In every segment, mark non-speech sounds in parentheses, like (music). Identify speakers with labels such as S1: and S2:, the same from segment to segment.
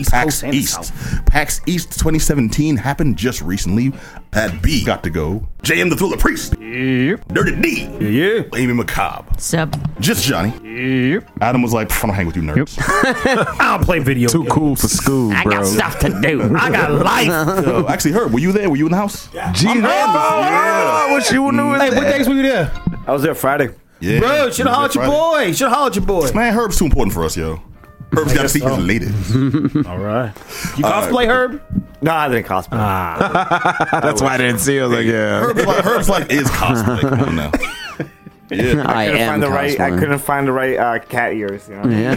S1: East
S2: PAX East. PAX East 2017 happened just recently. Pat B got to go. JM the Thriller Priest. Yep. Dirty D.
S1: Yeah.
S2: Amy McCobb.
S3: Sup?
S2: Just Johnny.
S1: Yep.
S2: Adam was like, "Pff, I don't hang with you nerds.
S1: I'll play video.
S4: Too
S1: games.
S4: cool for school,
S3: I
S4: bro.
S3: got stuff to do.
S1: I got life.
S2: So, actually, Herb, were you there? Were you in the house? Yeah.
S4: Jesus, yeah. I wish you knew it.
S1: hey, what days were you there?
S5: I was there Friday.
S1: Bro, should have hollered your boy. Should have hollered your boy.
S2: Man, Herb's too important for us, yo. Herb's got to see his latest.
S5: All right.
S1: You cosplay Herb?
S5: No, I didn't cosplay.
S3: Ah.
S4: That's why I didn't see. I was like, yeah.
S2: Herb's like, Herb's like is cosplay. Come on
S1: (laughs)
S2: now. Yeah.
S3: (laughs) I
S5: couldn't
S3: am
S5: find the right. I
S3: cosplaying.
S5: couldn't find the right uh, cat ears. You know?
S3: Yeah.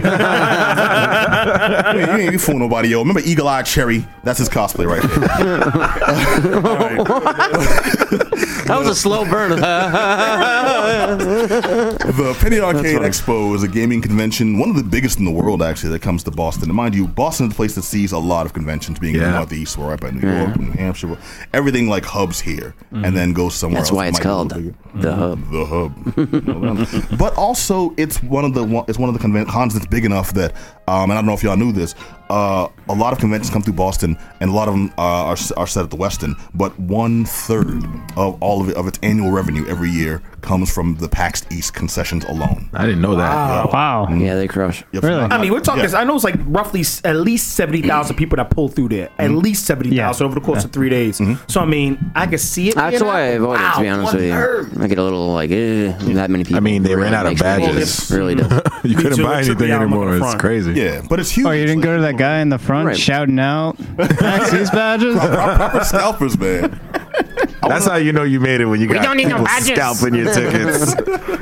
S2: You ain't, you ain't fooling nobody, yo. Remember Eagle Eye Cherry? That's his cosplay right there.
S3: that was a slow burn.
S2: (laughs) The Penny Arcade Expo is a gaming convention, one of the biggest in the world, actually, that comes to Boston. And mind you, Boston is a place that sees a lot of conventions, being in
S4: Yeah.
S2: the Northeast, or up in New York, New Hampshire, everything like hubs here, and then goes somewhere
S3: Mm-hmm. That's why
S2: else.
S3: it's
S2: that might be a
S3: called
S2: little bigger.
S3: the hub.
S2: the hub. (laughs) but also, it's one of the one- it's one of the conven- cons that's big enough that, um, and I don't know if y'all knew this, uh, a lot of conventions come through Boston, and a lot of them uh, are, s- are set at the Westin. But one third of all of it, of its annual revenue every year comes from the PAX East concessions alone.
S4: I didn't know that.
S1: Wow.
S3: Yeah, they crush.
S2: Yep.
S6: Really?
S2: Not-
S1: I mean, we're talking.
S2: yeah.
S1: I know it's like roughly s- at least seventy thousand people that pull through there. At least seventy thousand over the course of three days. So I mean, I can see it.
S3: That's
S1: being
S3: why I
S1: out.
S3: avoid it, to be
S1: Wow,
S3: honest with
S1: one-third.
S3: you. I get a little like, eh, that many people.
S4: I mean, they ran
S3: really
S4: out of
S3: makes me
S4: badges.
S3: nervous. Really does.
S4: (laughs)
S1: Me
S4: you couldn't
S1: too,
S4: buy
S1: it took me
S4: anything
S1: out, I'm looking
S4: anymore. It's
S1: front.
S4: crazy.
S2: Yeah, but it's huge.
S6: Oh, you didn't
S2: It's
S6: go to that guy in the front
S3: Right.
S6: shouting out taxis badges?
S2: like proper (laughs) scalpers, man.
S4: That's how you know you made it when you got
S3: don't need no
S4: people
S3: badges.
S4: scalping your tickets.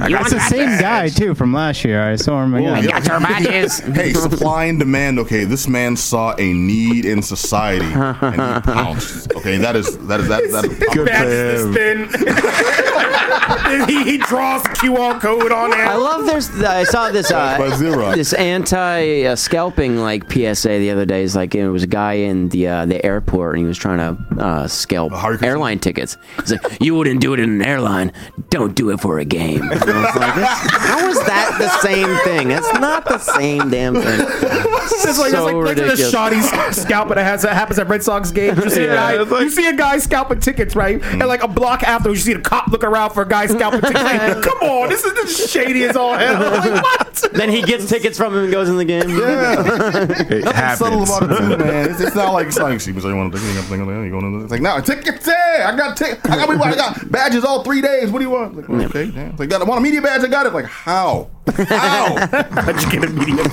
S4: I got
S6: It's the same guy too from last year. I saw him again.
S2: yeah.
S3: Got your badges.
S2: Hey, supply and demand. Okay, this man saw a need in society and he pounced. Okay, that is that is that that is
S4: (laughs) Good
S1: Back
S4: for
S1: is
S4: him.
S1: this thin. (laughs) he, he draws a QR code on it.
S3: I love there's. I saw this
S2: By
S3: uh,
S2: Xerox.
S3: this anti uh, scalping like PSA the other day. Is like it was a guy in the uh, the airport and he was trying to uh, scalp
S2: Hare Krishna.
S3: airline tickets. He's like, "You wouldn't do it in an airline. Don't do it for a game." And I was like, "That's- How is that the same thing? That's not the same damn thing.
S1: It's like,
S3: so
S1: it's like, like the
S3: ridiculous.
S1: shoddy scalper that has that happens at Red Sox games. You see, a, guy, you see a guy scalping tickets, right?
S2: Mm.
S1: And like a block after, you see the cop look around for a guy scalping tickets.
S2: (laughs)
S1: Like, come on, this is this is shady as all hell. Like, what?
S2: (laughs)
S3: Then he
S5: (laughs)
S3: gets tickets from him and goes in the game.
S4: It
S2: subtle
S4: happens.
S2: about it
S4: (laughs)
S2: too, man. It's, it's not like it's like she was like, you want to take anything? You going to it's like no tickets? There, I got tickets. I got people. I got badges all three days. What do you want? Like, okay, damn. It's like got I want a media badge. I got it. Like how? How?
S1: How'd you get a media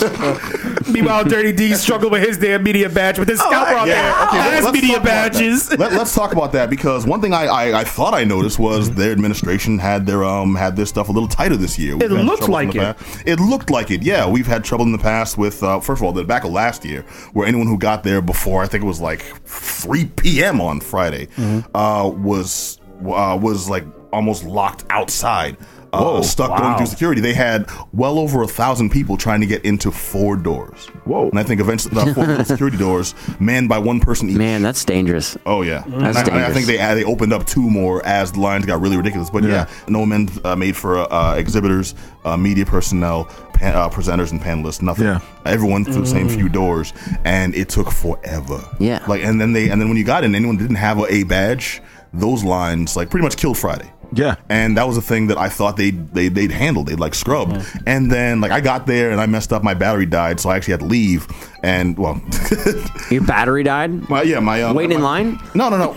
S1: badge? Meanwhile, Dirty D struggled with his damn media badge, but this scalper out
S2: Oh, Yeah, okay,
S1: there
S2: let's-
S1: has
S2: let's
S1: media
S2: talk about that.
S1: badges.
S2: Let, us talk about that because one thing I, I, I thought I noticed was their administration had their um had their stuff a little tighter this year. We've
S1: It
S2: had
S1: looked
S2: troubles in
S1: like
S2: the
S1: it.
S2: past. It looked like it. Yeah, we've had trouble in the past with uh, first of all the back of last year where anyone who got there before I think it was like 3 p.m. on Friday
S1: Mm-hmm.
S2: uh, was uh, was like almost locked outside. Uh, stuck going through security. They had well over a thousand people trying to get into four doors.
S4: Whoa.
S2: And I think eventually uh, four
S3: (laughs)
S2: little security doors manned by one person each.
S3: Man, that's dangerous.
S2: Oh yeah,
S3: That's
S2: And I, and I
S3: dangerous.
S2: think they add- they opened up two more as the lines got really ridiculous. But yeah, no amends uh, made for uh, uh, exhibitors, uh, media personnel, pan, uh, presenters, and panelists. Nothing.
S4: Yeah.
S2: Everyone through the same few doors, and it took forever.
S3: Mm-hmm. Yeah.
S2: Like, and then they and then when you got in, anyone that didn't have a, a badge. Those lines like pretty much killed Friday.
S4: Yeah.
S2: And that was a thing that I thought they'd, they, they'd handle. They'd like scrub. And then, like, I got there and I messed up. My battery died. So I actually had to leave. And, well, (laughs)
S3: Your battery died.
S2: my, yeah, my. Uh,
S3: Waiting in
S2: my-
S3: line.
S2: no, no, no.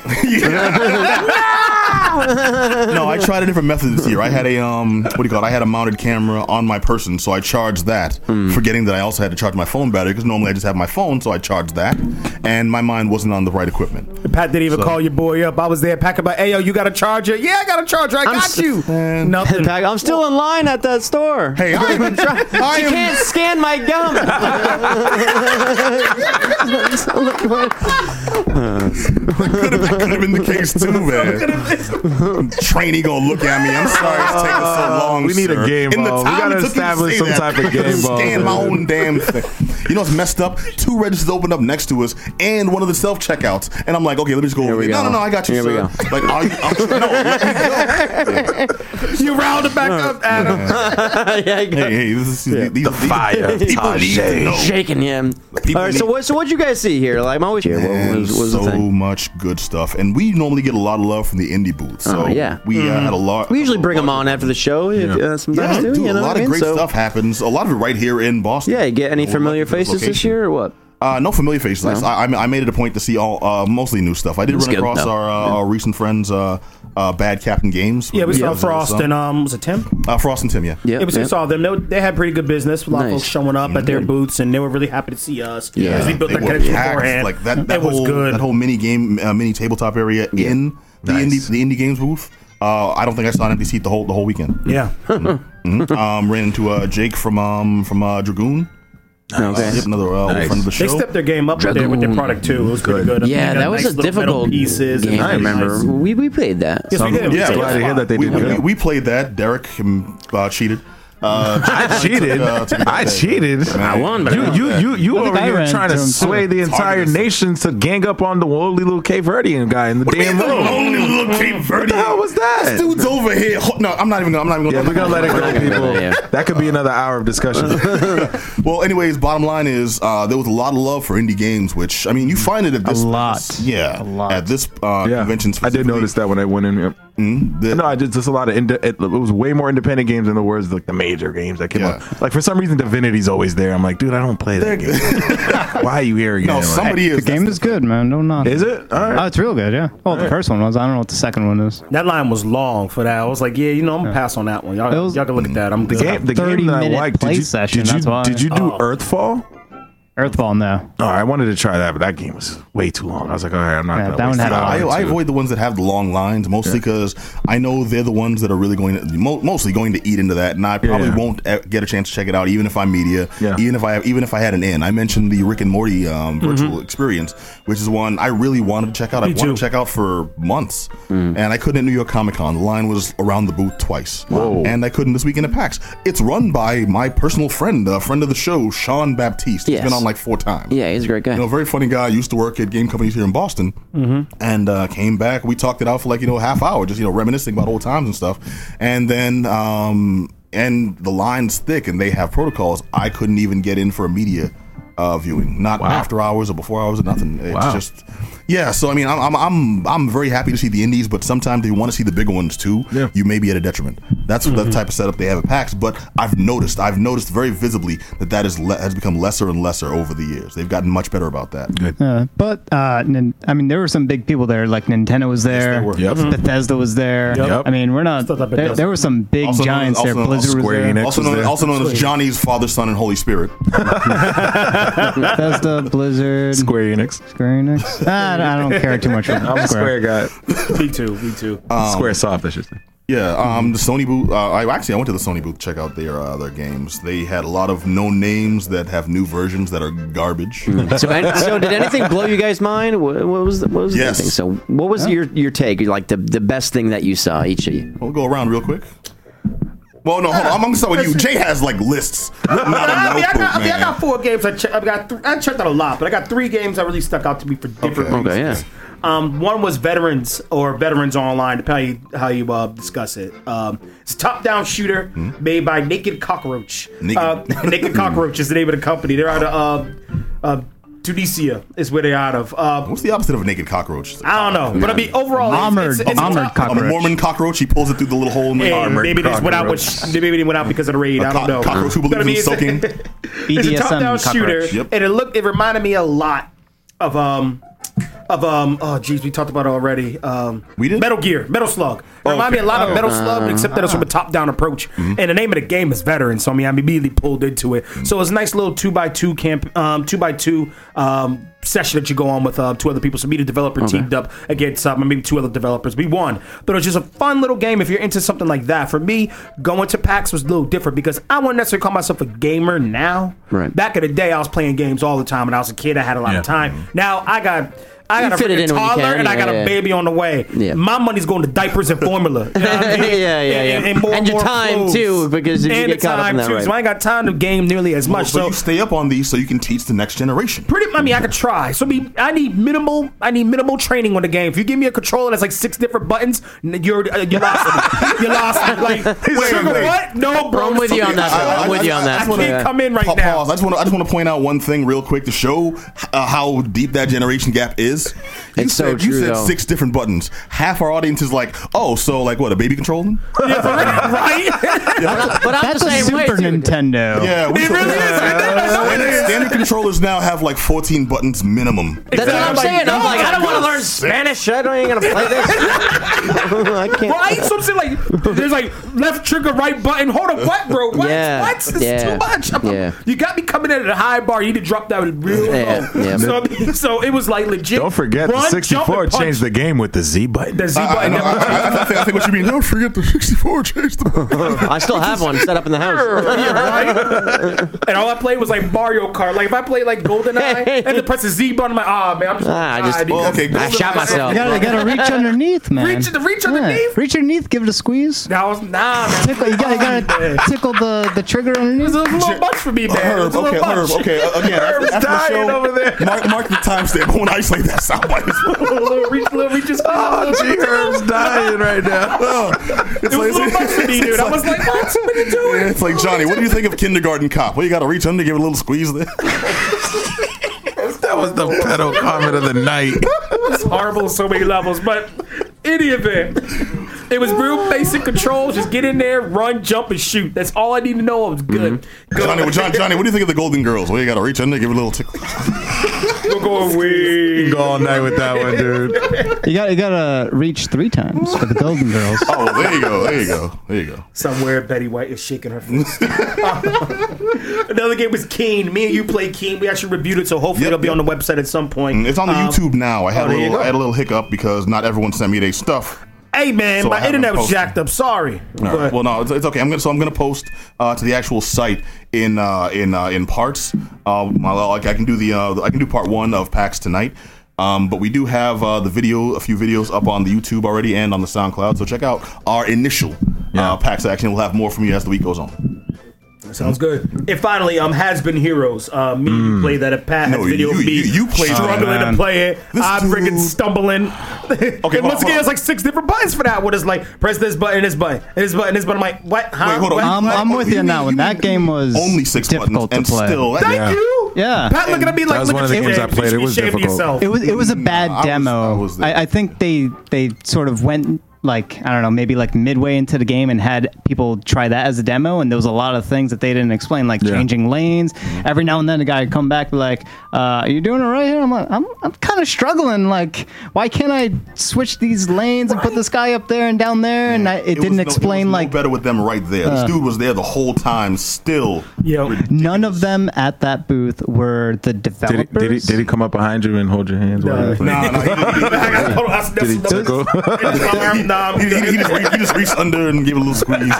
S2: no, I tried a different method this year. I had a um, what do you call it? I had a mounted camera on my person, so I charged that, forgetting that I also had to charge my phone battery because normally I just have my phone, so I charged that, and my mind wasn't on the right equipment.
S1: Pat didn't even
S2: So-
S1: call your boy up. I was there packing my, hey, yo, you got a charger? Yeah, I got a charger. I got
S3: s-
S1: you.
S2: (laughs)
S1: Nothing.
S3: I'm still in line at that store.
S2: Hey, I (laughs) am, I
S3: You
S2: am
S3: can't scan my gum. (laughs)
S2: that could have been the case too, man. Trainee gonna look at me. I'm sorry it's taking so long.
S4: Uh, We need a
S2: sir.
S4: game
S2: In the
S4: ball. We
S2: time
S4: gotta
S2: it took you to
S4: establish
S2: say
S4: some
S2: that,
S4: type of
S2: I could've
S4: game ball,
S2: Scanned my
S4: man.
S2: own damn thing. You know what's messed up? Two registers opened up next to us, and one of the self checkouts. And I'm like, okay, let me just go. Over
S3: we
S2: there.
S3: go.
S2: No, no, no, I got you,
S3: Here we
S2: sir. Like, are you, I'm, no, let me go.
S1: You round it back up, Adam.
S3: yeah, you
S2: Hey, hey, this is these, these,
S4: Fire.
S2: People need to know.
S3: shaking him.
S2: People
S3: All right, so
S2: need-
S3: what? So what'd you guys see here? Like, I'm always here. What
S2: And
S3: was, what was
S2: so
S3: the thing?
S2: much good stuff, and we normally get a lot of love from the indie booth. So
S3: Oh, yeah.
S2: we uh, had a lot.
S3: We usually bring them on after the show if, uh, sometimes
S2: Yeah,
S3: too.
S2: dude,
S3: you know
S2: a
S3: what
S2: lot
S3: I mean?
S2: of great
S3: So-
S2: stuff happens. A lot of it right here in Boston.
S3: Yeah, you get any
S2: Well,
S3: familiar
S2: like this
S3: faces this
S2: location.
S3: year or what?
S2: Uh, no familiar faces. I- I, I, mean, I made it a point to see all uh, mostly new stuff. I did
S3: That's
S2: run
S3: good,
S2: across
S3: though.
S2: our, uh, our recent friends, uh, uh, Bad Captain Games.
S1: Yeah, we saw
S2: was, uh,
S1: Frost
S2: some-
S1: and um, was it Tim?
S2: uh, Frost and Tim. Yeah,
S3: Yep,
S1: Yeah, but we
S3: yep.
S1: saw them. They, they had pretty good business. A lot of
S3: Nice.
S1: folks showing up at their booths, and they were really happy to see us.
S3: Yeah.
S1: 'Cause we built
S2: Mm-hmm. They
S1: that
S2: were
S1: connection
S2: packed,
S1: beforehand.
S2: Like that, that
S1: it was
S2: whole,
S1: good.
S2: That whole mini game, uh, mini tabletop area in the indie, the indie games booth. Uh, I don't think I saw an empty seat the whole the whole weekend.
S3: (laughs)
S1: yeah,
S2: um, ran into uh, Jake from um, from uh, Dragoon.
S3: Okay.
S2: Yep, another uh, old friend of the show.
S1: they stepped their game up with their, with their product too. It was pretty good. They
S3: Yeah,
S1: had
S3: that was
S1: nice
S3: a
S1: little metal
S3: difficult
S1: pieces and
S3: game. I
S1: nice-
S3: remember we we played that.
S1: Yes, we did. We
S2: yeah,
S1: did.
S4: glad to hear that they
S2: we,
S4: did
S2: we-
S4: good.
S2: we played that. Derek um, uh, cheated. Uh,
S4: (laughs) I cheated.
S2: uh, to be
S4: I
S2: that.
S4: cheated.
S3: I won, but I
S4: You,
S3: won.
S4: you, you, you
S6: I think
S4: over
S6: I
S4: here
S6: ran
S4: trying to
S6: into him,
S4: sway
S6: too.
S4: the entire
S2: Targeted.
S4: nation to gang up on the lowly little Cape Verdean guy in the damn
S2: The
S4: room.
S2: lonely little Cape
S4: What the hell
S2: Verdean.
S4: was that?
S2: This dude's over here. Ho- No, I'm not even. Gonna, I'm not even. Gonna
S4: Yeah, we're gonna let it go,
S3: Yeah.
S4: people. That could be another hour of discussion.
S2: Well, anyways, bottom line is uh, there was a lot of love for indie games, which I mean, you find it at this
S6: A lot.
S2: this- yeah,
S6: A lot.
S2: at this uh,
S4: Yeah,
S2: convention.
S4: I did notice that when I went in. yeah.
S2: specifically,
S4: No,
S2: that-
S4: I just just a lot of ind- it, it was way more independent games than the words like the major games that came
S2: Yeah.
S4: out. Like for some reason, Divinity's always there. I'm like, dude, I don't play that game. (laughs) Why are you here again?
S2: no,
S4: Like,
S2: somebody
S6: The
S2: is.
S6: game is good, man. Don't knock.
S4: is it? All right.
S6: Oh, it's real good. Yeah. Well, the first one was. I don't know what the second one is.
S1: That line was long for that. I was like, yeah, you know, I'm gonna pass on that one. Y'all,
S6: It was-
S1: y'all can look at that. I'm
S4: The game, the game
S6: 30
S4: that I
S6: minute
S4: liked.
S6: play
S4: Did you,
S6: session,
S4: did you,
S6: that's why.
S4: did you do Earthfall?
S6: Earthfall, no.
S4: Oh, I wanted to try that, but that game was way too long. I was like, all right, I'm not.
S6: Yeah,
S4: gonna
S6: that
S4: waste
S6: one had
S4: an
S6: a
S4: hour
S2: I,
S4: or
S2: I
S4: two.
S2: avoid the ones that have the long lines mostly because I know they're the ones that are really going to mo- mostly going to eat into that, and I probably
S4: yeah.
S2: won't e- get a chance to check it out, even if I'm media,
S4: Yeah.
S2: even if I have, even if I had an in. I mentioned the Rick and Morty um, virtual experience, which is one I really wanted to check out. I wanted
S1: too.
S2: to check out for months, and I couldn't at New York Comic Con. The line was around the booth twice,
S4: Whoa.
S2: and I couldn't this weekend at PAX. It's run by my personal friend, a friend of the show, Sean Baptiste. He's been
S3: Yes.
S2: on like four times.
S3: Yeah, he's a great guy.
S2: You know, very funny guy. Used to work at game companies here in Boston, and uh, came back. We talked it out for like you know a half hour, just you know reminiscing about old times and stuff. And then, um, and the lines thick, and they have protocols. I couldn't even get in for a media uh, viewing, not after hours or before hours or nothing. It's
S4: Wow.
S2: just, yeah. So I mean, I'm, I'm I'm I'm very happy to see the indies, but sometimes if you want to see the bigger ones too,
S4: Yeah.
S2: you may be at a detriment. That's the type of setup they have at PAX. But I've noticed, I've noticed very visibly that that is le- has become lesser and lesser over the years. They've gotten much better about that.
S6: Uh, but uh, nin- I mean, there were some big people there. Like Nintendo was there. Mm-hmm.
S2: were.
S4: Yep.
S6: Bethesda was there.
S4: Yep.
S6: I mean, we're not.
S1: Still not
S6: There,
S1: Bethesda.
S6: there were some big
S2: Also known-
S6: giants
S2: also known
S6: there.
S2: as
S6: Blizzard was
S4: Square
S6: there.
S4: Enix.
S2: Also
S4: was
S2: known,
S4: there.
S2: also known as Johnny's Father, Son, and Holy Spirit.
S6: Bethesda, Blizzard, Square,
S4: Square Enix.
S6: Enix. Ah, I don't- I don't care too much about
S4: I'm a Square (laughs) guy.
S1: me too. Me too.
S2: Uh,
S4: Square Soft, I should say.
S2: Yeah, um, the Sony booth. Uh, I actually I went to the Sony booth to check out their uh, their games. They had a lot of known names that have new versions that are garbage.
S3: so, and- so did anything blow you guys' mind? What, what was the, what was the
S2: Yes.
S3: thing? So what was your your take? Like the the best thing that you saw each of you?
S2: we'll go around real quick. Well, no, hold on. I'm gonna start with you. Jay has like lists. Not a
S1: (laughs) I, mean, I,
S2: notebook,
S1: got, I mean, I
S2: man.
S1: got four games. I, che- I got th- I checked out a lot, but I got three games that really stuck out to me for different
S2: Okay.
S1: reasons.
S3: Okay, yeah.
S1: Um, one was Veterans or Veterans Online, depending how you, how you uh, discuss it. Um, it's a top-down shooter made by Naked Cockroach.
S2: Hmm? Naked. (laughs)
S1: Uh, Naked Cockroach is the name of the company. They're out of uh, uh, Tunisia, is where they're out of. Uh,
S2: What's the opposite of a naked cockroach?
S1: I don't know, but I mean overall, it's-
S6: Armored-
S1: it's, it's a
S6: armored
S1: top-
S2: A
S6: cockroach.
S2: Mormon cockroach. He pulls it through the little hole in the
S1: Hey,
S2: armor.
S1: maybe they just went out with maybe they went out because of the raid. I I
S2: co-
S1: don't know.
S2: cockroach who
S1: But I
S2: believes in
S1: (laughs) mean,
S2: soaking.
S1: It's a
S6: BDSM
S1: top-down
S6: cockroach.
S1: shooter,
S2: Yep.
S1: and it looked. It reminded me a lot of um of um oh geez, we talked about it already. Um,
S2: We did?
S1: Metal Gear, Metal Slug. It reminded me
S2: Okay.
S1: a lot
S2: Oh.
S1: of Metal
S3: Uh-huh.
S1: Slug, except that it's from a top-down approach.
S3: Mm-hmm.
S1: And the name of the game is Veteran, so I mean, I'm immediately pulled into it. So it's a nice little two by two camp, um, two by two. Um, Session that you go on with uh, two other people. So, me, the developer, teamed up against uh, maybe two other developers. We won, but it was just a fun little game if you're into something like that. For me, going to PAX was a little different because I wouldn't necessarily call myself a gamer now.
S3: Right.
S1: Back in the day, I was playing games all the time. When I was a kid, I had a lot
S4: Yeah.
S1: of time. Now I got
S3: Mm-hmm.
S1: I
S3: You
S1: got
S3: fit
S1: a
S3: it
S1: freaking
S3: in when you
S1: toddler
S3: can,
S1: and I
S3: yeah,
S1: got
S3: yeah.
S1: a baby on the way.
S3: Yeah.
S1: My money's going to diapers and formula. You know what I
S3: (laughs)
S1: mean?
S3: (laughs) Yeah, yeah,
S1: And-
S3: yeah.
S1: And, and, more,
S3: And your
S1: more
S3: time,
S1: clothes.
S3: too, because if you
S1: and
S3: get
S1: the
S3: caught up
S1: time
S3: in that,
S1: too.
S3: right.
S1: So I ain't got time to game nearly as much.
S2: so,
S1: so
S2: you stay up on these so you can teach the next generation.
S1: pretty. I mean, I could try. So I mean, I need minimal. I need minimal training on the game. If you give me a controller that's like six different buttons, n- you're uh, you lost. me. you lost. me.
S2: (laughs)
S1: Like, sugar,
S2: wait.
S1: what? No, bro.
S3: I'm with you on that.
S2: I- I-
S3: I'm with you on that.
S1: I can't come in right
S2: Pa-
S1: now. (laughs)
S2: Pause. I just want to. I just want to point out one thing real quick to show uh, how deep that generation gap is. You
S3: It's so
S2: said, You
S3: true,
S2: said
S3: though.
S2: six different buttons. Half our audience is like, oh, so like what? A
S3: (laughs)
S2: baby controlling?
S1: (laughs) right?
S3: But I'm the
S6: That's a
S3: same way.
S6: Super
S3: dude.
S6: Nintendo.
S2: Yeah, we
S1: It really is.
S2: Standard, standard controllers now have like 14 buttons minimum.
S3: That's what I'm
S1: Like,
S3: saying. I'm
S1: no,
S3: like, I don't want to learn
S5: Spanish. I don't even gonna play this.
S3: (laughs) I can't.
S1: (laughs) Right? So I'm saying like there's like left trigger, right button. Hold up, what, bro? What?
S3: Yeah.
S1: What? This is
S3: Yeah.
S1: too much. I'm-
S3: Yeah.
S1: You got me coming in at a high bar. You need to drop that real
S3: Yeah.
S1: low.
S3: Yeah.
S1: So, I mean, so it was like legit.
S4: Don't forget,
S1: run,
S4: the
S1: jump,
S4: 64
S1: and punch.
S4: changed the game with the Z button.
S1: The Z
S2: I, I,
S4: (laughs)
S1: button.
S2: no, I, I- I think, I think what you mean. Don't forget the 64
S3: (laughs)
S2: changed the.
S3: I still have one set up in the (laughs) house.
S1: Yeah, right? and all I played was like Mario Kart. Like if I played like
S3: (laughs)
S1: GoldenEye and then press the Z button, I'm like, ah man, I'm just,
S3: Ah, I just-
S1: need
S2: Well,
S1: to-
S2: okay,
S3: I shot
S2: Goldeneye-
S3: myself.
S6: You gotta, you gotta
S1: (laughs)
S6: reach underneath, man.
S1: Reach- the reach underneath?
S6: Reach underneath, give it a squeeze.
S1: That was nah, man.
S6: Tickle, you gotta, you gotta
S1: (laughs)
S6: tickle the, the trigger
S1: It was
S6: underneath.
S1: a little much for me, man. It
S2: Herb,
S1: was a
S2: okay,
S1: little
S2: Herb,
S1: much.
S2: okay. uh, Again, after, after the
S4: dying
S2: show,
S4: over there.
S2: Mark, mark the timestamp. I want to isolate that soundbite as well.
S1: little reach, little reach.
S2: Ah,
S1: Just,
S4: Oh, G Herb's dying right now.
S2: Ugh. It's
S1: it was a little much for me, dude. I was like, what? What are
S2: (laughs)
S1: you
S2: (laughs)
S1: doing?
S2: It's like Johnny. What do you think of Kindergarten Cop? Well, you got to reach under, give it a little squeeze there.
S4: That was the pedo comment of the night.
S1: It's horrible on so many levels, but any event, it was
S2: (laughs)
S1: real basic controls. Just get in there, run, jump, and shoot. That's all I need to know. I was good. Good.
S2: Mm-hmm. Johnny, well, John, Johnny, what do you think of the Golden Girls? Well, you got to reach under, give it a little tickle.
S1: We're going way.
S4: Go all night with that one, dude.
S6: You gotta, you gotta reach three times for the Golden Girls.
S2: Oh, well, there you go, there you go, there you go.
S1: Somewhere Betty White is shaking her
S2: (laughs)
S1: fist. (laughs) Another game was Keen. Me and you played Keen. We actually reviewed it, so hopefully
S2: Yep,
S1: it'll be
S2: yep.
S1: on the website at some point.
S2: It's on the
S1: Um,
S2: YouTube now. I had
S1: oh,
S2: a
S1: there you
S2: little,
S1: go.
S2: I had a little hiccup because not everyone sent me their stuff.
S1: Hey man,
S2: So I
S1: my
S2: haven't
S1: internet was
S2: posted.
S1: jacked up. Sorry.
S2: All right.
S1: But-
S2: Well, no, it's, it's okay. I'm gonna so I'm gonna post uh, to the actual site in uh, in uh, in parts. Uh, my, like I can do the uh, I can do part one of PAX tonight. Um, but we do have uh, the video, a few videos up on the YouTube already and on the SoundCloud. So check out our initial uh, PAX action. We'll have more from you as the week goes on.
S1: Sounds good. And finally, um, has been heroes. Uh, me you
S4: Mm.
S1: play that at Pat
S2: No,
S1: video.
S2: you-
S1: me
S2: you- you played
S1: struggling
S4: that.
S1: to play it.
S2: This
S1: I'm
S2: dude-
S1: freaking stumbling.
S4: (laughs)
S2: hold on,
S1: okay, and once
S2: hold on.
S1: again, it's like six different buttons for that. What is like press this button, this button, and this button, this button. I'm like, what? Huh?
S2: Wait, hold on.
S1: What?
S6: I'm, I'm with you on that one. That game was
S2: Only six
S6: difficult
S2: buttons,
S6: to play.
S2: and still
S1: Thank
S4: Yeah.
S1: you.
S6: Yeah.
S1: Pat looking at me like,
S4: was
S1: look
S4: one
S1: at
S4: of the
S1: you,
S4: games I
S1: man.
S4: played.
S1: You
S4: It was
S1: should be ashamed of
S4: difficult.
S1: yourself.
S6: It was it was a bad
S2: I was- I
S6: demo. I,
S2: was there.
S6: I, think they they sort of went like I don't know maybe like midway into the game and had people try that as a demo and there was a lot of things that they didn't explain like changing lanes.
S2: Mm-hmm.
S6: Every now and then a guy would come back like, uh, "Are you doing it right here?" I'm like, "I'm I'm kind of struggling. Like, why can't I switch these lanes and put this guy up there and down there?" And I,
S2: was
S6: it, didn't
S2: no- was
S6: explain
S2: no
S6: like uh,
S2: better with them right there. this dude was there the whole time, still.
S1: Yo.
S6: none of them at that booth were the
S4: Did he,
S6: developers.
S4: did, he,
S2: (laughs)
S4: did he come up behind you and hold your hands? while you were playing?
S2: Nah, nah, he, he,
S1: I
S6: (laughs)
S1: got- (laughs) hold on, that's- that's-
S4: Did he tickle? (laughs)
S1: that's- Nah, I'm
S2: he-
S1: good.
S2: he just, re- he just reached under and gave it a little squeeze.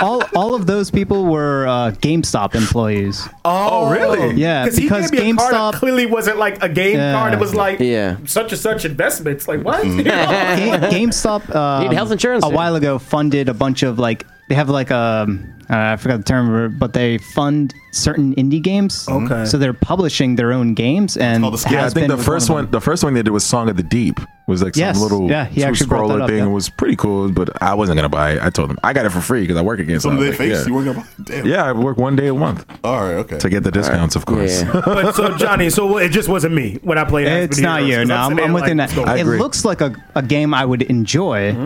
S6: all all of those people were uh, GameStop employees.
S4: Oh, really?
S6: Yeah,
S1: Because he
S6: because
S1: gave me a card that
S3: (laughs)
S6: GameStop
S1: clearly wasn't like a game
S6: Yeah.
S1: card. It was like
S3: Yeah.
S1: such and such investments. Like what?
S4: Mm.
S6: Ga- GameStop um,
S3: Need health insurance,
S6: a
S3: dude.
S6: while ago funded a bunch of like they have like um uh, I forgot the term but they fund certain indie games.
S1: Okay.
S6: So they're publishing their own games and
S2: called the-
S4: Yeah, I
S6: has
S4: think
S6: been
S4: the
S6: was
S4: first
S6: of
S4: one, the first one they did was Song of the Deep. Was like some
S6: Yes.
S4: little
S6: Yeah, he actually brought
S4: scroller
S6: that up,
S4: thing.
S6: yeah.
S4: It was pretty cool, but I wasn't gonna buy it. I told them I got it for free because I work against.
S2: Some of their face.
S4: yeah.
S2: You weren't gonna. Damn.
S4: yeah, I work one day a month
S2: All right. Okay.
S4: to get the discounts, of course.
S3: Yeah.
S1: But
S4: (laughs)
S1: so Johnny, so it just wasn't me when I played.
S6: It's not you. No, I'm, I'm with you. now.
S4: I
S6: It
S4: agree.
S6: looks like a, a game I would enjoy,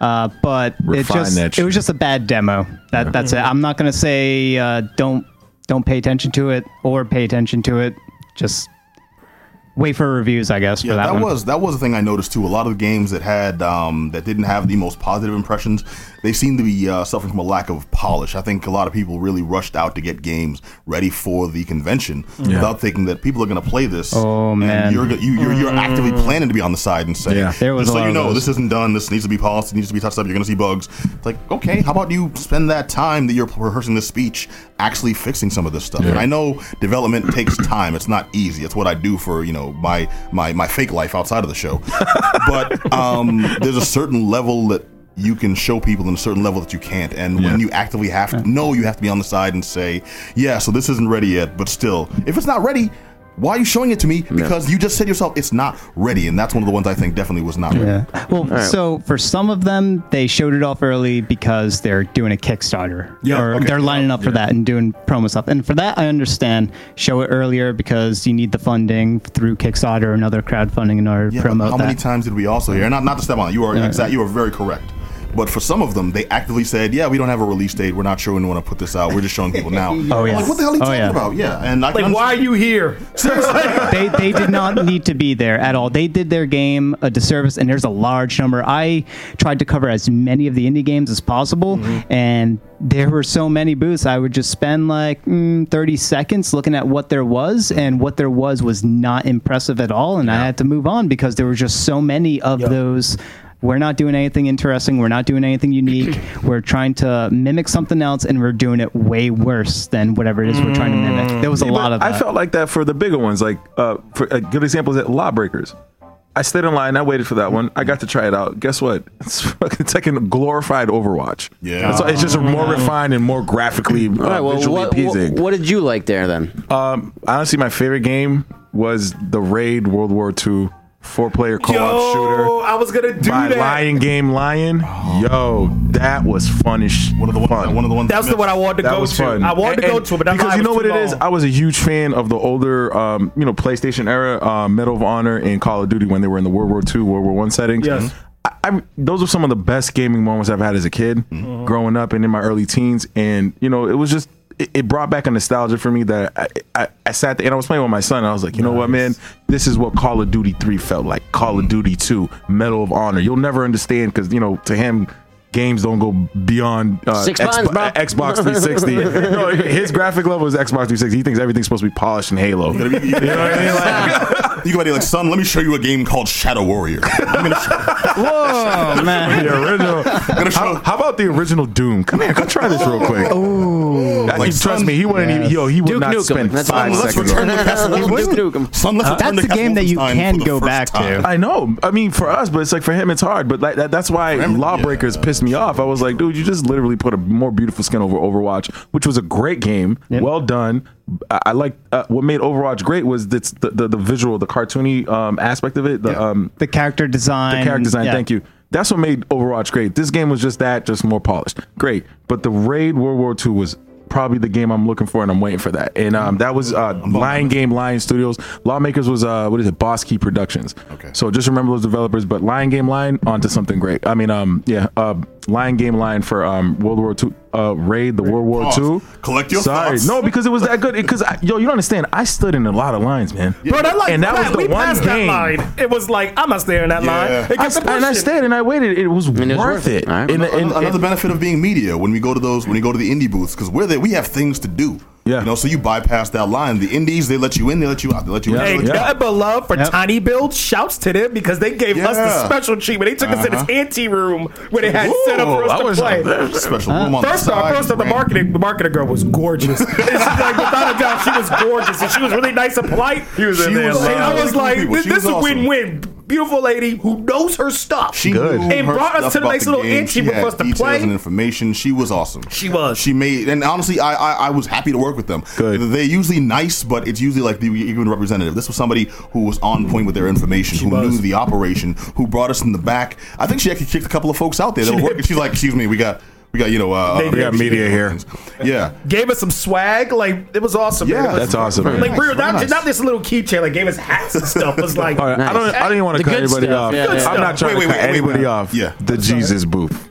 S6: uh, but it
S4: Refine
S6: just
S4: that
S6: it was
S4: shit.
S6: just a bad demo. That that's it. I'm not gonna say uh, don't don't pay attention to it or pay attention to it. Just wait for reviews, I guess.
S2: Yeah,
S6: for
S2: that,
S6: that, one.
S2: was that was the thing I noticed too. A lot of the games that had um, that didn't have the most positive impressions, they seemed to be uh, suffering from a lack of polish. I think a lot of people really rushed out to get games ready for the convention without thinking that people are going to play this.
S6: Mm. Oh,
S2: and
S6: man. Mm.
S2: you're, go- you, you're you're actively planning to be on the side and saying,
S4: Yeah.
S6: There was
S2: "Just
S6: a
S2: so
S6: lot
S2: you
S6: of
S2: know,
S6: those.
S2: this isn't done. This needs to be polished. It needs to be touched up. You're going to see bugs." It's like, okay, how about you spend that time that you're rehearsing this speech actually fixing some of this stuff. And I know development takes time. It's not easy. It's what I do for you know my my my fake life outside of the show. but um, there's a certain level that you can show people in a certain level that you can't. And when you actively have to know, you have to be on the side and say, yeah, so this isn't ready yet. But still, if it's not ready. Why are you showing it to me? Because you just said yourself it's not ready, and that's one of the ones I think definitely was not ready.
S6: Yeah. Well, so for some of them, they showed it off early because they're doing a Kickstarter.
S2: Yeah,
S6: Or
S2: okay.
S6: they're lining up for that and doing promo stuff. And for that, I understand. Show it earlier because you need the funding through Kickstarter or another crowdfunding in order to
S2: Yeah, but
S6: promote
S2: how
S6: that.
S2: many times did we also hear? Not not to step on. it, You are exact. You are very correct. But for some of them, they actively said, "Yeah, we don't have a release date. We're not sure when we want to put this out. We're just showing people now."
S6: Oh, yeah.
S2: I'm like, what the hell are you
S6: Oh,
S2: talking
S6: yeah.
S2: about? Yeah, and I can
S1: Like, why are you here? (laughs)
S6: they, they did not need to be there at all. They did their game a disservice, and there's a large number. I tried to cover as many of the indie games as possible,
S4: Mm-hmm.
S6: and there were so many booths. I would just spend like mm, 30 seconds looking at what there
S4: Mm-hmm.
S6: was, and what there was was not impressive at all. And I had to move on because there were just so many of those. We're not doing anything interesting. We're not doing anything
S4: (clears throat)
S6: unique. we're trying to mimic something else, and we're doing it way worse than whatever it is we're trying to mimic. There was a
S4: Yeah, but
S6: lot of that.
S4: I felt like that for the bigger ones. Like uh, for a good example is at Lawbreakers. I stayed in line. I waited for that one. I got to try it out. Guess what? (laughs) It's fucking it's like a glorified Overwatch.
S2: Yeah.
S4: That's why it's just more refined and more graphically uh,
S3: Oh. All right, well,
S4: visually
S3: what,
S4: appeasing.
S3: what, what did you like there then?
S2: Uh,
S4: Um, honestly, my favorite game was the Raid World War II four player co op shooter.
S1: I was gonna do
S4: by
S1: that.
S4: Lion Game Lion. Yo, that was fun as sh-
S2: One of the ones.
S4: fun.
S2: One of the ones.
S1: That's the one I wanted to
S4: that
S1: go
S4: was
S1: to.
S4: fun.
S1: I wanted to
S4: And-
S1: go
S4: and
S1: to, it, but that
S4: because
S1: line
S4: you know
S1: was
S4: what
S1: too
S4: it is,
S1: long.
S4: I was a huge fan of the older, um, you know, PlayStation era, uh, Medal of Honor, and Call of Duty when they were in the World War II, World War One settings.
S1: Yes.
S4: I, I, those were some of the best gaming moments I've had as a kid,
S1: Mm-hmm.
S4: Uh-huh. growing up and in my early teens, and you know, it was just. It it brought back a nostalgia for me that I, I, I sat there and I was playing with my son. And I was like, you know what, man? This is what Call of Duty 3 felt like. Call
S1: Mm-hmm.
S4: of Duty 2, Medal of Honor. You'll never understand because, you know, to him, games don't go beyond uh,
S3: Six buns, bro.
S4: uh,
S3: (laughs)
S4: Xbox 360. no, his graphic level is Xbox 360. He thinks everything's supposed to be polished in Halo.
S2: You know what I mean? Like, you gotta be like, son, let me show you a game called Shadow Warrior. (laughs) I'm gonna show,
S6: (laughs) Whoa, man.
S2: (laughs)
S4: the original.
S2: gonna show-
S4: How, how about the original Doom? Come here, come try this real quick. That-
S2: Like
S4: trust
S2: some-
S4: me, he wouldn't even. Yo, he would
S3: Duke
S4: not
S3: Nukem.
S4: spend
S3: That's
S4: five
S3: what-
S2: let's
S4: seconds.
S2: return
S4: on
S2: to Castle
S3: Duke
S2: Wolfenstein.
S3: Nukem.
S2: Son, let's return
S6: That's
S2: to
S6: the
S2: Castle
S6: game that you
S2: Wolfenstein
S6: can
S2: for the
S6: go
S2: first
S6: back to.
S2: time.
S4: I know. I mean, for us, but it's like for him, it's hard. But like that, that's why
S2: him,
S4: Lawbreakers
S2: yeah.
S4: pissed me off. I was like, dude, you just literally put a more beautiful skin over Overwatch, which was a great game, well done. I, I like uh, what made Overwatch great was it's the, the the visual, the cartoony um, aspect of it, the um,
S6: the character design.
S4: the character design. Thank you. That's what made Overwatch great. This game was just that, just more polished. Great, but the Raid World War II was probably the game I'm looking for, and I'm waiting for that. And um, that was uh, Lion Game, Lion Studios. Lawmakers was uh, what is it? Boss Key Productions.
S2: Okay.
S4: So just remember those developers. But Lion Game, Lion onto something great. I mean, um, yeah, uh, Lion Game, Lion for um, World War II, uh, Raid, the World War II.
S2: Pause. Collect your
S4: Sorry,
S2: thoughts.
S4: no, because it was that good. Because yo, you don't understand. I stood in a lot of lines, man.
S1: Bro, that line,
S4: and that
S1: we-
S4: was the
S1: we
S4: one
S1: passed
S4: game.
S1: that line. It was like I'm not staring that
S2: Yeah.
S1: line. It
S4: I,
S1: kept
S4: st- and I
S1: pushing.
S4: stayed and I waited. It was,
S3: it was
S4: worth
S3: worth it.
S4: it.
S3: All right.
S4: And- and-
S2: another
S4: and-
S2: benefit of being media when we go to those when you go to the indie booths because we're there we have things to do
S4: Yeah.
S2: you know so you bypass that line the indies they let you in they let you out they let you in
S1: Hey,
S2: they let you out.
S1: nothing but love for Tiny Build. Shouts to them because they gave us the
S2: Yeah.
S1: special treatment. They took us in this ante room where they had set up for
S4: Uh-huh. Ooh,
S1: us
S4: I
S1: to
S4: was
S1: play.
S4: not there.
S2: special room on
S1: First
S2: the
S1: off,
S2: side,
S1: first off, the
S2: brand-
S1: marketing the marketing girl
S2: (laughs)
S1: was gorgeous. And she's like, without a doubt, she was gorgeous, and she was really nice and polite. She was,
S2: in there
S1: and
S2: love.
S1: I was like,
S2: People,
S1: this,
S2: she
S1: this
S2: was
S1: is
S2: awesome.
S1: win-win. Beautiful lady who knows her stuff.
S2: She
S4: Good.
S2: knew
S1: And
S2: her
S1: brought us
S2: stuff
S1: to the
S2: about
S1: next little
S2: game.
S1: entry
S2: She
S1: for
S2: had
S1: us to
S2: details
S1: play.
S2: and information. She was awesome.
S1: She was.
S2: She made, and honestly, I I, I was happy to work with them.
S4: Good.
S2: They're usually nice, but it's usually like the even representative. This was somebody who was on point with their information, who knew the operation, who brought us in the back. I think she actually kicked a couple of folks out there that were working. She's like, "Excuse me, we got." We got you know uh,
S1: They
S2: uh,
S1: did. We got
S4: media here.
S2: Yeah,
S1: Gave us some swag. Like it was awesome.
S2: Yeah,
S1: man. It was-
S4: that's awesome, man.
S1: Like we were
S2: Very
S1: not,
S2: nice.
S1: not this little keychain. Like gave us hats and stuff.
S2: (laughs)
S1: It was like
S4: All right, I
S3: Nice.
S4: don't. I didn't want
S3: The
S4: to cut
S3: good
S4: anybody
S3: stuff,
S4: off.
S3: yeah,
S4: I'm
S3: yeah.
S4: not trying
S2: Wait,
S4: to
S2: wait,
S4: cut
S2: wait, wait.
S4: anybody off.
S2: Yeah.
S4: The Jesus booth.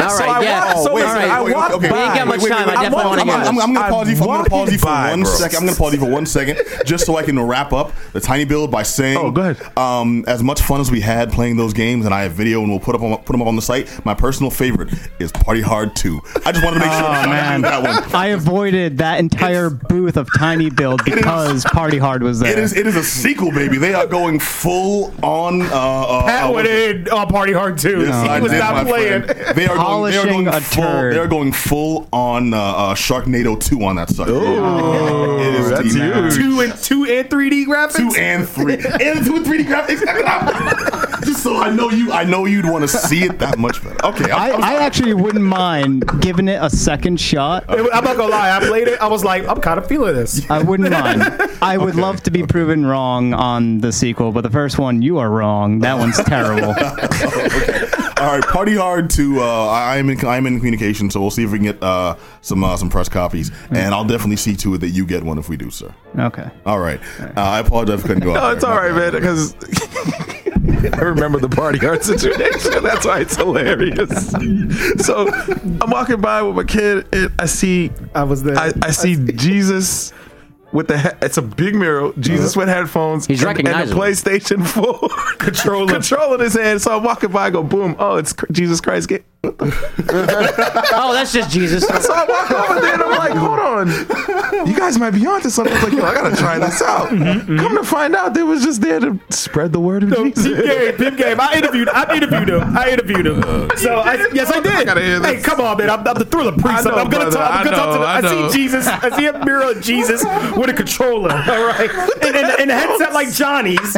S3: All right, yeah.
S2: walked- so wait,
S3: all
S2: wait,
S3: right.
S2: wait,
S4: walked
S2: okay.
S4: by.
S2: We ain't
S3: got much time. I
S4: walked
S3: definitely wanna
S4: by.
S3: hear
S2: I'm, I'm, I'm gonna
S4: I
S2: pause you for, I'm gonna
S4: walked
S2: pause you for
S4: by,
S2: one
S4: bro.
S2: second. I'm gonna pause you for one second just so I can wrap up the tiny build by saying,
S4: Oh, go ahead.
S2: Um, as much fun as we had playing those games, and I have video, and we'll put up on, put them up on the site. My personal favorite is Party Hard Two. I just wanted to make sure
S6: Oh, man.
S2: that one.
S6: I avoided that entire booth of Tiny Build because Party Hard was there.
S2: It is it is a sequel, baby. They are going full on. Uh, uh,
S1: Pat
S2: uh,
S1: went in on Party Hard 2.
S2: Yes,
S1: he
S2: I
S1: was
S2: did,
S1: not
S2: my
S1: playing.
S2: friend. They are they are
S6: demolishing
S2: going
S6: a
S2: full,
S6: turd.
S2: They're going full on uh, uh, Sharknado two on that sucker.
S4: Ooh,
S2: it is
S4: that's
S2: the-
S4: huge.
S1: two and two and 3D graphics.
S2: two and three and two and 3D graphics. Just so I know you, I know you'd want to see it that much better. Okay,
S6: I,
S2: I'm-
S6: I actually wouldn't mind giving it a second shot.
S1: It- I'm not gonna lie. I played it. I was like, I'm kind of feeling this.
S6: I wouldn't mind. I would love to be proven wrong on the sequel, but the first one, you are wrong. That one's terrible.
S2: All right, party hard to. Uh, I- I'm in. I'm in communication, so we'll see if we can get uh, some uh, some press copies, and I'll definitely see to it that you get one if we do, sir.
S6: Okay.
S2: All right. Uh, I apologize. I couldn't go. out
S4: No, it's
S2: there.
S4: all right, man. Because (laughs) I remember the party art situation. That's why it's hilarious. So I'm walking by with my kid, and I see
S1: I was there.
S4: I, I see Jesus with the. He- it's a big mirror. Jesus with headphones.
S3: He's
S4: and, and a
S3: recognizable.
S4: PlayStation 4 controller (laughs) controlling his hand. So I'm walking by, I go boom. Oh, it's Cr- Jesus Christ. Get-
S3: Oh, that's just
S2: (laughs)
S3: Jesus.
S4: so I walk over there and I'm like, hold on. You guys might be onto something. I was like, yo, I gotta try this out. Come to find out, they was just there to spread the word of
S1: (laughs)
S4: Jesus. (laughs)
S1: Peep game, peep game. I interviewed. I interviewed him. I interviewed him.
S4: (laughs)
S1: So I, yes, I did.
S4: gotta hear this.
S1: Hey, come on, man. I'm, I'm the thriller priest.
S4: I know,
S1: I'm gonna
S4: brother.
S1: talk. I'm
S4: I
S1: gonna talk to
S4: know,
S1: the, I,
S4: I know.
S1: see Jesus. I see a mirror of Jesus with a controller. All right, and, and, and a headset like Johnny's.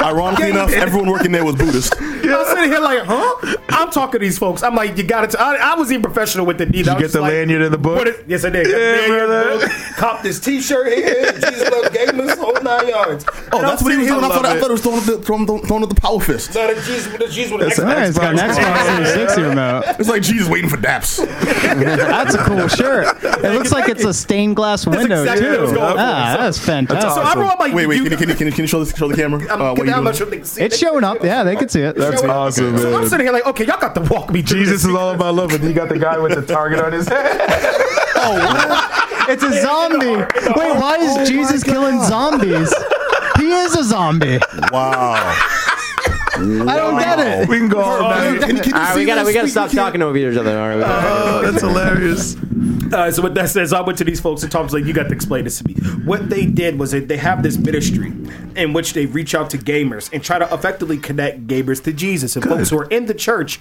S2: Ironically enough, everyone working there was Buddhist.
S1: I'm sitting here like, huh? I'm talking to these folks. I'm like, you got to. I, I was even professional with the D. Did
S4: you get the lanyard in the book?
S1: yes, I did. Got the
S4: Yeah,
S1: lanyard in the
S4: brother.
S1: book. Cop this T-shirt here. Jesus loves gamers, whole nine yards.
S2: Oh, that's what he was doing. I
S4: love
S2: thought, I
S4: it.
S2: thought it was throwing up the, throwing, the- throwing up the power fist.
S1: So the Jesus, the Jesus with an
S4: That's
S1: Xbox.
S4: an
S6: Alright, it's got an
S4: Xbox.
S6: Xbox 360 remote.
S2: It's like Jesus waiting for daps.
S6: That's a cool shirt. It looks like it's a stained glass window
S1: exactly what I was
S6: too.
S1: going for.
S6: Ah, that's fantastic.
S1: So I brought my
S2: Wait, wait.
S1: you-
S2: Can you, can you, can you, can you show, this, show the camera?
S1: I'm,
S2: Uh, what you doing?
S1: I'm not sure they can see
S6: It's
S1: it.
S6: showing up. Yeah, they can see it.
S4: That's awesome,
S1: So I'm
S4: man.
S1: sitting here like, okay, y'all got to walk me. through
S4: Jesus
S1: this.
S4: is all about love, and you got the guy with the target on his head.
S6: It's a zombie. Wait, why is Jesus killing zombies? He is a zombie.
S2: Wow.
S6: I don't get it.
S4: We can go all
S2: Can,
S4: night.
S2: can you
S5: All right,
S2: see
S5: we
S2: this?
S5: gotta
S2: Uh-huh.
S5: we gotta stop talking over each other. All right, we gotta-
S4: Oh, that's hilarious.
S1: Uh, so what that says, I went to these folks and Tom's like, you got to explain this to me. What they did was that they have this ministry in which they reach out to gamers and try to effectively connect gamers to Jesus and folks who are in the church.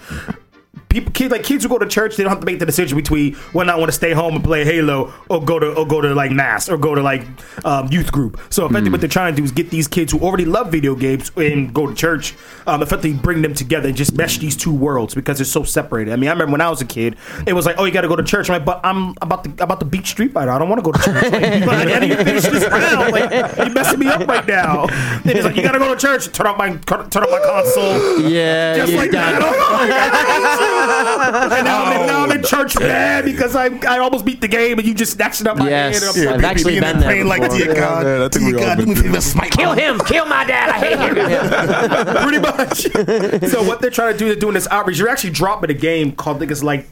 S1: People, kids, like kids who go to church, they don't have to make the decision between whether I want to stay home and play Halo or go to or go to like mass or go to like um, youth group. So effectively, what they're trying to do is get these kids who already love video games and go to church, um, effectively bring them together and just mesh these two worlds because they're so separated. I mean, I remember when I was a kid, it was like, oh, you got to go to church. I'm like, but I'm about to about to beat Street Fighter. I don't want to go to church. Like, but I need to finish this round. Like, you're messing me up right now. And it's like, you got to go to church. Turn off my turn off my console.
S3: Yeah,
S1: Just
S3: you
S1: like
S3: got
S1: that. Oh, and now, I'm in, now
S3: Oh,
S1: I'm in church bad because I I almost beat the game and you just snatched it up my
S3: Yes.
S1: hand.
S3: Yeah,
S1: And I'm
S3: I've
S1: like,
S3: actually
S2: Being
S3: been
S2: in
S3: there
S2: pain like,
S3: before.
S2: dear God,
S4: Yeah, I think
S2: dear
S4: we all
S2: God, do
S4: been
S2: me a
S4: through
S2: favor,
S4: that.
S2: smite
S3: Kill him! Kill my dad! I hate him!
S1: pretty much. (laughs) so what they're trying to do, they're doing this outreach. You're actually dropping a game called I think it's like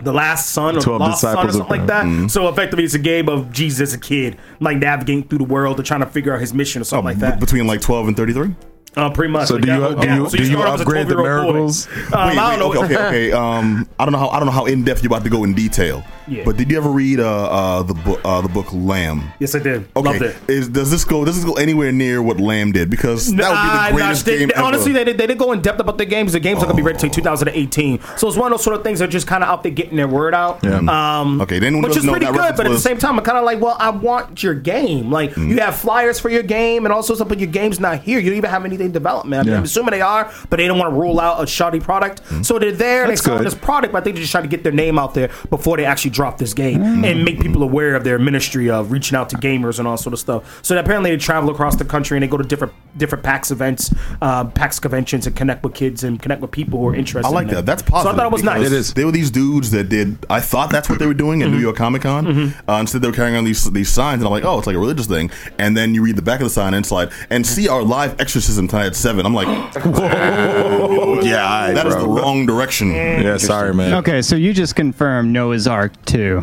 S1: the Last Son or
S4: 12
S1: Lost Son or
S4: Disciples of- Mm-hmm.
S1: something like that. So effectively, it's a game of Jesus as a kid, like navigating through the world and trying to figure out his mission or something like that.
S2: Between like 12 and 33?
S1: Uh, pretty much.
S4: Oh, So
S1: Like
S4: do
S1: that
S4: you-
S1: whole
S4: do
S1: game.
S4: you- do
S1: you
S4: you
S1: start off as a
S4: upgrade the
S1: 12-year-old boy.
S4: miracles?
S1: Um, I don't know.
S2: Okay, okay, okay. Um, I don't know how I don't know how in depth you about to go in detail.
S1: Yeah.
S2: But did you ever read uh, uh the book uh, the book Lamb?
S1: Yes, I did.
S2: Okay.
S1: Loved it.
S2: Is, does this go? Does this go anywhere near what Lamb did? Because that would be the
S1: Nah, nah,
S2: greatest
S1: they-
S2: game
S1: they-
S2: ever.
S1: Honestly, they, did- they didn't go in depth about the games. The games are going to be ready till 2018. So it's one of those sort of things that are just kind of out there getting their word out.
S4: Yeah.
S1: Um,
S2: Okay, then
S1: Which is
S2: know
S1: pretty
S2: that
S1: good,
S2: reference
S1: but at the
S2: was- Mm.
S1: same time, I'm kind of like, well, I want your game. Like, you have flyers for your game and also stuff, but your game's not here. You don't even have anything in development. I mean,
S4: Yeah.
S1: I'm assuming they are, but they don't want to rule out a shoddy product.
S2: Mm.
S1: So they're there,
S4: That's
S1: they saw
S4: good.
S1: this product, but I think they're just trying to get their name out there before they actually drop this game and make people aware of their ministry of reaching out to gamers and all sort of stuff. So apparently they travel across the country and they go to different different PAX events, uh, PAX conventions, and connect with kids and connect with people who are interested.
S2: I like
S1: in
S2: that. That's positive.
S1: So I thought it was
S2: because
S1: nice.
S4: It is. Mm-hmm.
S2: They were these dudes that did. I thought that's what they were doing at New York Comic Con.
S1: Mm-hmm.
S2: Uh, instead, they were carrying on these these signs, and I'm like, oh, it's like a religious thing. And then you read the back of the sign inside and see our live exorcism tonight at seven. I'm
S4: (laughs)
S2: like, (laughs) yeah, that is the wrong direction.
S4: Yeah, sorry, man.
S6: (laughs) Okay, so you just confirmed Noah's Ark 2.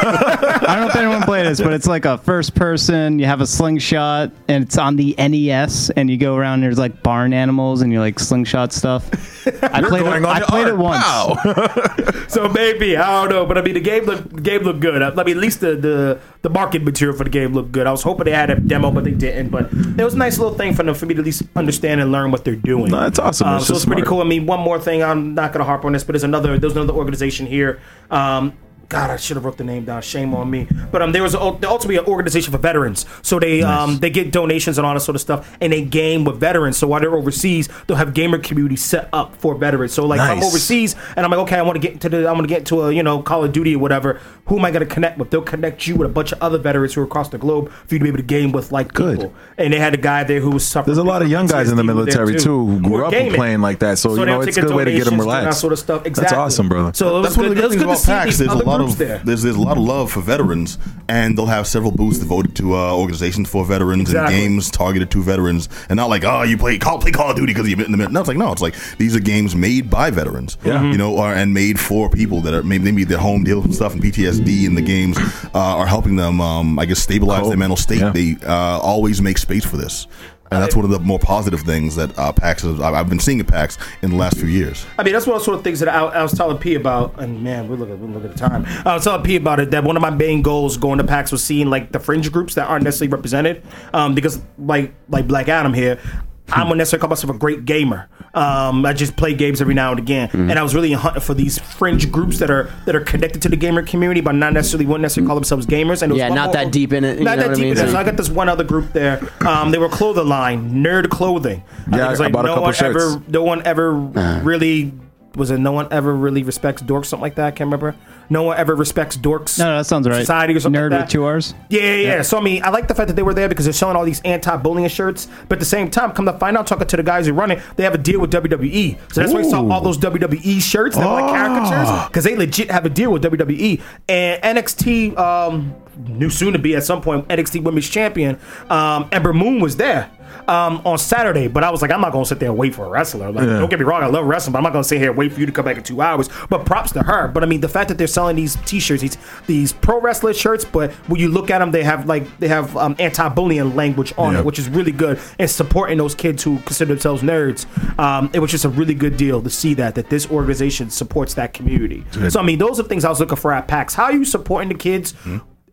S6: I don't know if anyone played this, but it's like a first person. You have a slingshot, and it's on the NES, and you go around. And there's like barn animals, and you like slingshot stuff. I played
S4: going
S6: it.
S4: on
S6: I
S4: to
S6: played
S4: art.
S6: it once.
S4: Wow.
S1: So maybe I don't know, but I mean the game looked the game looked good. I mean at least the the the market material for the game looked good. I was hoping they had a demo, but they didn't. But it was a nice little thing for them for me to at least understand and learn what they're doing.
S4: No, that's awesome.
S1: Uh,
S4: It's
S1: so
S4: just
S1: it's pretty
S4: smart.
S1: cool. I mean, one more thing. I'm not gonna harp on this, but there's another there's another organization here. Um, God, I should have wrote the name down. Shame on me. But um, there was a, there ultimately an organization for veterans, so they um they get donations and all that sort of stuff, and they game with veterans. So while they're overseas, they'll have gamer community set up for veterans. So like if I'm
S4: Nice.
S1: overseas overseas, and I'm like, okay, I want to get to the, I want to get to a, you know, Call of Duty or whatever. Who am I going to connect with? They'll connect you with a bunch of other veterans who are across the globe for you to be able to game with, like
S4: Good.
S1: people. And they had a guy there who was suffering.
S4: There's a lot of young guys in the
S1: PTSD who were there,
S4: military, too, who grew
S1: were
S4: up playing like that. So, you
S1: they'll
S4: know, it's
S1: take
S4: a good way to get them
S1: donations, do that
S4: relaxed.
S1: Sort of stuff.
S4: That's
S1: Exactly.
S4: awesome, brother.
S1: So it was
S2: That's one of
S1: good,
S2: the
S1: it
S2: good things
S1: was good to
S2: about
S1: see
S2: PAX.
S1: these
S2: There's a
S1: other
S2: lot
S1: groups
S2: of
S1: there.
S2: there's there's a lot of love for veterans, and they'll have several booths devoted to uh, organizations for veterans
S1: Exactly.
S2: and games targeted to veterans, and not like oh you play call play Call of Duty because you've been in the middle. No, it's like no, it's like these are games made by veterans,
S4: Yeah.
S1: Mm-hmm.
S2: you know, are, and made for people that are maybe they need their home deal with stuff and PTSD, and the games uh, are helping them, um, I guess, stabilize
S4: Cope.
S2: their mental state.
S4: Yeah.
S2: They uh, always make space for this. And that's one of the more positive things that uh, PAX has, I've I've been seeing at PAX in the last few years.
S1: I mean, that's one of the sort of things that I, I was telling P about, and man, we look at we look at the time. I was telling P about it that one of my main goals going to PAX was seeing like the fringe groups that aren't necessarily represented, um, because like like Black Adam here. I wouldn't necessarily call myself a great gamer. Um, I just play games every now and again,
S3: Mm-hmm.
S1: and I was really hunting for these fringe groups that are that are connected to the gamer community, but not necessarily wouldn't necessarily call themselves gamers. And there was
S3: Yeah,
S1: one
S3: not
S1: more-
S3: that deep in it, you
S1: Not
S3: know
S1: that
S3: what I
S1: deep
S3: mean?
S1: in it. So
S3: Yeah.
S1: I got this one other group there. Um, they were clothing line, nerd clothing.
S4: Yeah,
S1: think it's
S4: I bought a
S1: no
S4: couple
S1: one
S4: shirts. Uh-huh.
S1: ever no one ever really was it no one ever really respects dorks something like that i can't remember no one ever respects dorks
S6: No, no, that sounds right.
S1: society or something
S6: Nerd
S1: like that.
S6: with two R's.
S1: yeah, yeah, yeah. So I mean, I like the fact that they were there because they're selling all these anti-bullying shirts. But at the same time, come to find out, talking to the guys who run it, they have a deal with WWE. So that's why you saw all those WWE shirts that were like caricatures because they legit have a deal with WWE and NXT. Um, new soon to be at some point NXT Women's Champion. Um, Ember Moon was there. Um, on Saturday, but I was like, I'm not gonna sit there and wait for a wrestler. Like, don't get me wrong, I love wrestling, but I'm not gonna sit here and wait for you to come back in two hours. But props to her. But I mean, the fact that they're selling these T-shirts, these these pro wrestler shirts, but when you look at them, they have like they have um, anti-bullying language on
S4: Yeah.
S1: it, which is really good and supporting those kids who consider themselves nerds. Um, it was just a really good deal to see that that this organization supports that community. So I mean, those are things I was looking for at PAX. How are you supporting the kids?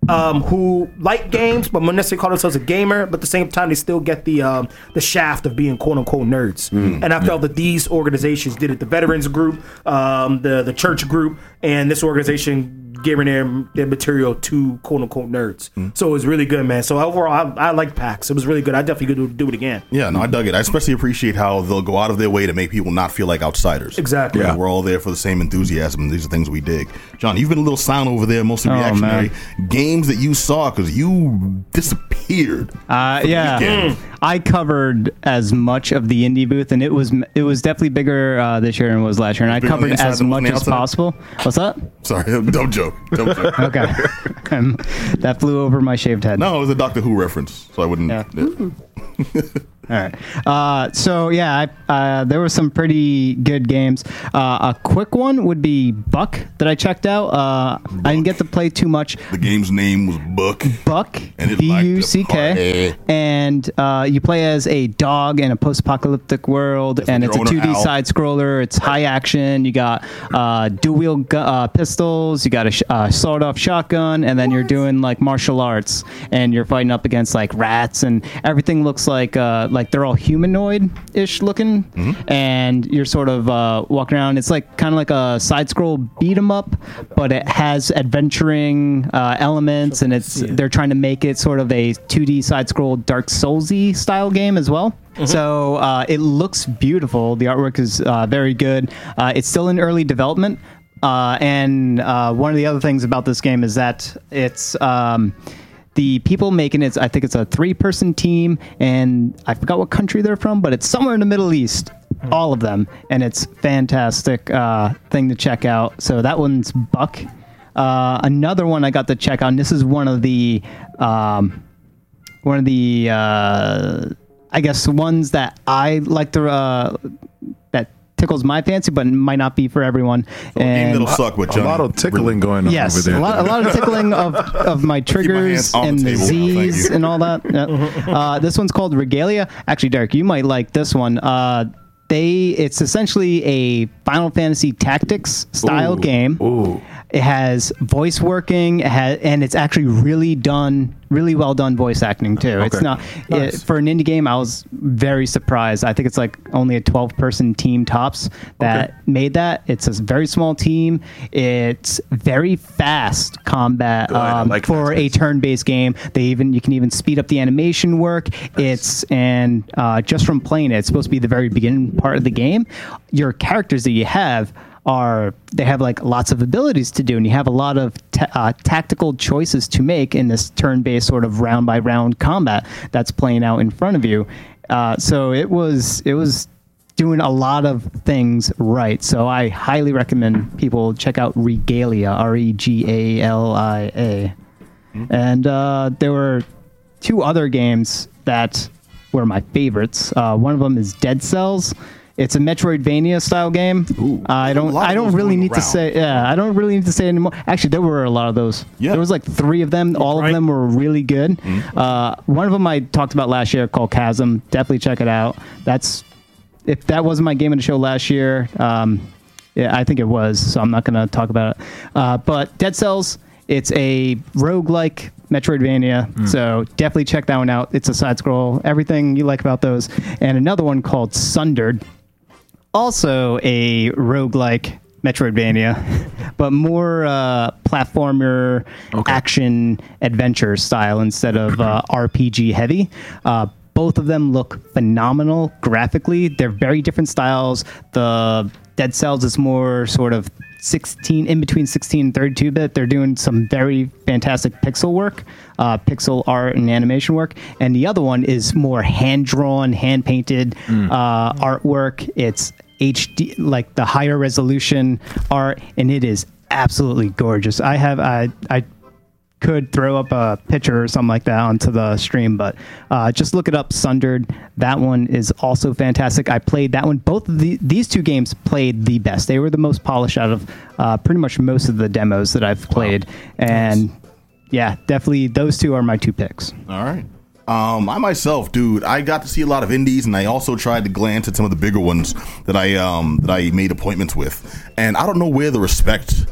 S1: Um, who like games but wouldn't necessarily call themselves a gamer, but at the same time they still get the um, the shaft of being quote unquote nerds. And I felt that these organizations did it: the veterans group, um, the the church group, and this organization giving their their material to quote unquote nerds. So it was really good, man. So overall, I, I like PAX. It was really good. I definitely could do, do it again.
S2: Yeah, no, I dug it. I especially appreciate how they'll go out of their way to make people not feel like outsiders.
S1: Exactly.
S2: You know,
S4: Yeah.
S2: We're all there for the same enthusiasm. and These are things we dig. John, you've been a little silent over there, mostly
S6: Oh,
S2: reactionary. Games that you saw because you disappeared.
S6: Uh,
S2: the
S6: yeah,
S2: weekend.
S6: I covered as much of the indie booth, and it was it was definitely bigger uh, this year than it was last year, and I
S2: Bigger on the
S6: covered
S2: inside
S6: as
S2: than it was on the
S6: much as
S2: outside?
S6: possible. What's up?
S2: Sorry, (laughs) don't joke. Don't joke.
S6: (laughs) Okay, Um, that flew over my shaved head.
S2: No, it was a Doctor Who reference, so I wouldn't.
S6: Yeah. All right. Uh, so yeah, I, uh, there were some pretty good games. Uh, a quick one would be Buck that I checked out. Uh, I didn't get to play too much.
S2: The game's name was Buck.
S6: Buck,
S2: And it
S6: B
S2: liked
S6: U C
S2: the
S6: K,
S2: party.
S6: and uh, you play as a dog in a post-apocalyptic world, and
S2: your
S6: it's a
S2: owner,
S6: 2D
S2: Al.
S6: side scroller. It's high action. You got uh, dual-wheel gu- uh, pistols. You got a sh- uh, sawed-off shotgun, and then you're doing like martial arts, and you're fighting up against like rats, and everything looks like uh, like they're all humanoid-ish looking, and you're sort of uh, walking around. It's like kind of like a side-scroll beat 'em up, but it has adventuring uh, elements, and it's they're trying to make it sort of a 2D side-scroll Dark Soulsy style game as well. So uh, it looks beautiful. The artwork is uh, very good. Uh, it's still in early development. Uh, and uh, one of the other things about this game is that it's um, the people making it. I think it's a three-person team, and I forgot what country they're from, but it's somewhere in the Middle East. All of them, and it's fantastic uh, thing to check out. So that one's Buck. Uh, another one I got to check out. And this is one of the um, one of the uh, I guess ones that I like to uh, that tickles my fancy, but might not be for everyone.
S2: Game (laughs)
S6: and
S2: that'll suck with
S4: A lot of tickling going on
S6: yes,
S4: over there.
S6: a lot, a lot of tickling of, of my
S2: hands
S6: triggers
S2: on
S6: and
S2: the
S6: the
S2: table now, thank
S6: Z's
S2: you.
S6: and all that. Yeah.
S2: (laughs)
S6: Uh, this one's called Regalia. Actually, Derek, you might like this one. Uh, they it's essentially a Final Fantasy Tactics style game. It has voice working, it has, and it's actually really done, really well done voice acting too. It's not it, for an indie game. I was very surprised. I think it's like only a twelve person team tops that made that. It's a very small team. It's very fast combat
S4: I
S6: um,
S4: like
S6: for
S4: fast
S6: a turn based game. They even you can even speed up the animation work. It's and uh, just from playing it, it's supposed to be the very beginning part of the game. Your characters that you have are they have like lots of abilities to do, and you have a lot of ta- uh, tactical choices to make in this turn based sort of round by round combat that's playing out in front of you. Uh, so it was it was doing a lot of things right. So I highly recommend people check out Regalia, R E G A L I A. And uh, there were two other games that were my favorites. Uh, one of them is Dead Cells. It's a Metroidvania style game. I don't.
S2: lot of
S6: I don't
S2: those
S6: really
S2: going
S6: need
S2: around.
S6: to say. Yeah, I don't really need to say anymore. Actually, there were a lot of those.
S2: Yeah.
S6: There was like three of them. All
S1: right.
S6: of them were really good. Uh, one of them I talked about last year called Chasm. Definitely check it out. That's if that wasn't my game of the show last year, um, yeah, I think it was. So I'm not going to talk about it. Uh, but Dead Cells, it's a roguelike Metroidvania. So definitely check that one out. It's a side scroll, everything you like about those. And another one called Sundered, also a roguelike Metroidvania, (laughs) but more uh, platformer action adventure style instead of uh, RPG heavy. Uh, both of them look phenomenal graphically. They're very different styles. The Dead Cells is more sort of 16 in between 16 and 32 bit. They're doing some very fantastic pixel work, uh, pixel art and animation work. And the other one is more hand drawn, hand painted uh, artwork. It's HD, like the higher resolution art, and it is absolutely gorgeous. I have I I could throw up a picture or something like that onto the stream, but uh, just look it up. Sundered. That one is also fantastic. I played that one. Both of the, these two games played the best. They were the most polished out of uh, pretty much most of the demos that I've played, and. Yeah, definitely. Those two are my two picks.
S2: All right. Um, I myself, dude, I got to see a lot of indies, and I also tried to glance at some of the bigger ones that I um, that I made appointments with. And I don't know where the respect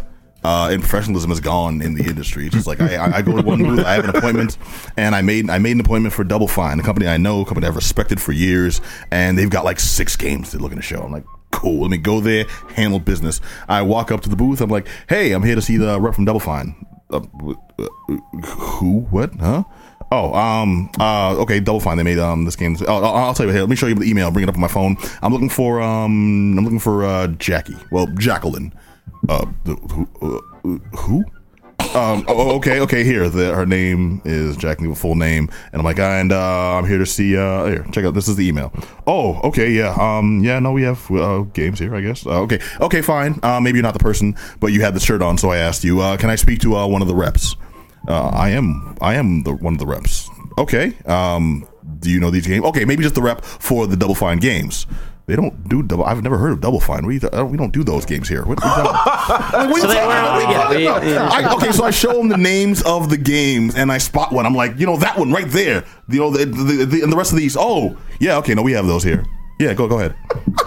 S2: uh, and professionalism has gone in the industry. It's just like I, I- I go to one booth, I have an appointment, and I made I made an appointment for Double Fine, a company I know, a company I've respected for years, and they've got like six games they're looking to show. I'm like. Cool. Let me go there, handle business. I walk up to the booth. I'm like, "Hey, I'm here to see the rep from Double Fine." Uh, w- uh, who? What? Huh? Oh, um, uh, okay, Double Fine. They made um this game. Oh, I'll, I'll tell you. Here, let me show you the email. Bring it up on my phone. I'm looking for um, I'm looking for uh Jackie. Well, Jacqueline. Uh, the- who? Uh, who? Um, oh, oh, okay, okay. Here, the, her name is Jacqueline, with full name, and I'm like, and uh, I'm here to see. Uh, here, check out. This is the email. Oh, okay, yeah, um, yeah. No, we have uh, games here, I guess. Uh, okay, okay, fine. Uh, maybe you're not the person, but you had the shirt on, so I asked you. Uh, can I speak to uh, one of the reps? Uh, I am I am the one of the reps. Okay. Um, do you know these games? Okay, maybe just the rep for the Double Fine games. They don't do double. I've never heard of Double Fine. We, I don't, we don't do those games here. What, what are you talking- Like, what are
S3: So
S2: you
S3: they
S2: talking
S3: weren't- we
S2: about?
S3: get- we-
S2: What are you talking about? I- okay, so I show them the names of the games and I spot one. I'm like, you know, that one right there. You know, the, the, the, and the rest of these. Oh, yeah. Okay, no, we have those here. Yeah, go go ahead.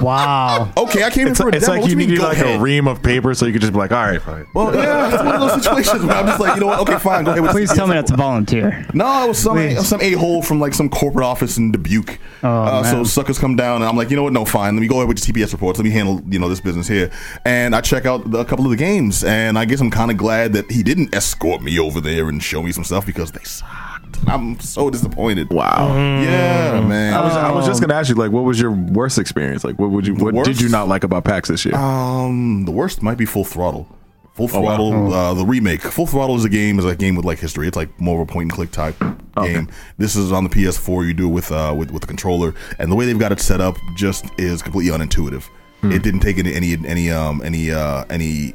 S6: Wow.
S2: Okay, I came in
S4: It's,
S2: for a
S4: it's
S2: demo.
S4: like
S2: What
S4: you
S2: mean,
S4: needed
S2: go
S4: like
S2: ahead?
S4: a ream of paper so you could just be like, all right, fine.
S2: Well, yeah, it's one of those situations where I'm just like, you know what? Okay, fine. Go ahead. with-
S6: Please tell me that's a volunteer.
S2: No, it was some
S6: Wait.
S2: some a hole from like some corporate office in Dubuque.
S4: Oh,
S2: uh, so
S6: man.
S2: suckers come down, and I'm like, you know what? No, fine. Let me go ahead with the TPS reports. Let me handle you know this business here. And I check out the, a couple of the games, and I guess I'm kind of glad that he didn't escort me over there and show me some stuff because they sucked. I'm so disappointed. Wow. Yeah, man.
S4: Mm. I was, I was just gonna ask you, like, what was your worst experience? Like, what would you, what
S2: worst?
S4: did you not like about PAX this year?
S2: Um, the worst might be Full Throttle. Full Throttle, uh, the remake. Full Throttle is a game is a game with like history. It's like more of a point and click type game. This is on the PS4. You do it with uh with with the controller, and the way they've got it set up just is completely unintuitive. It didn't take any any any um any uh any.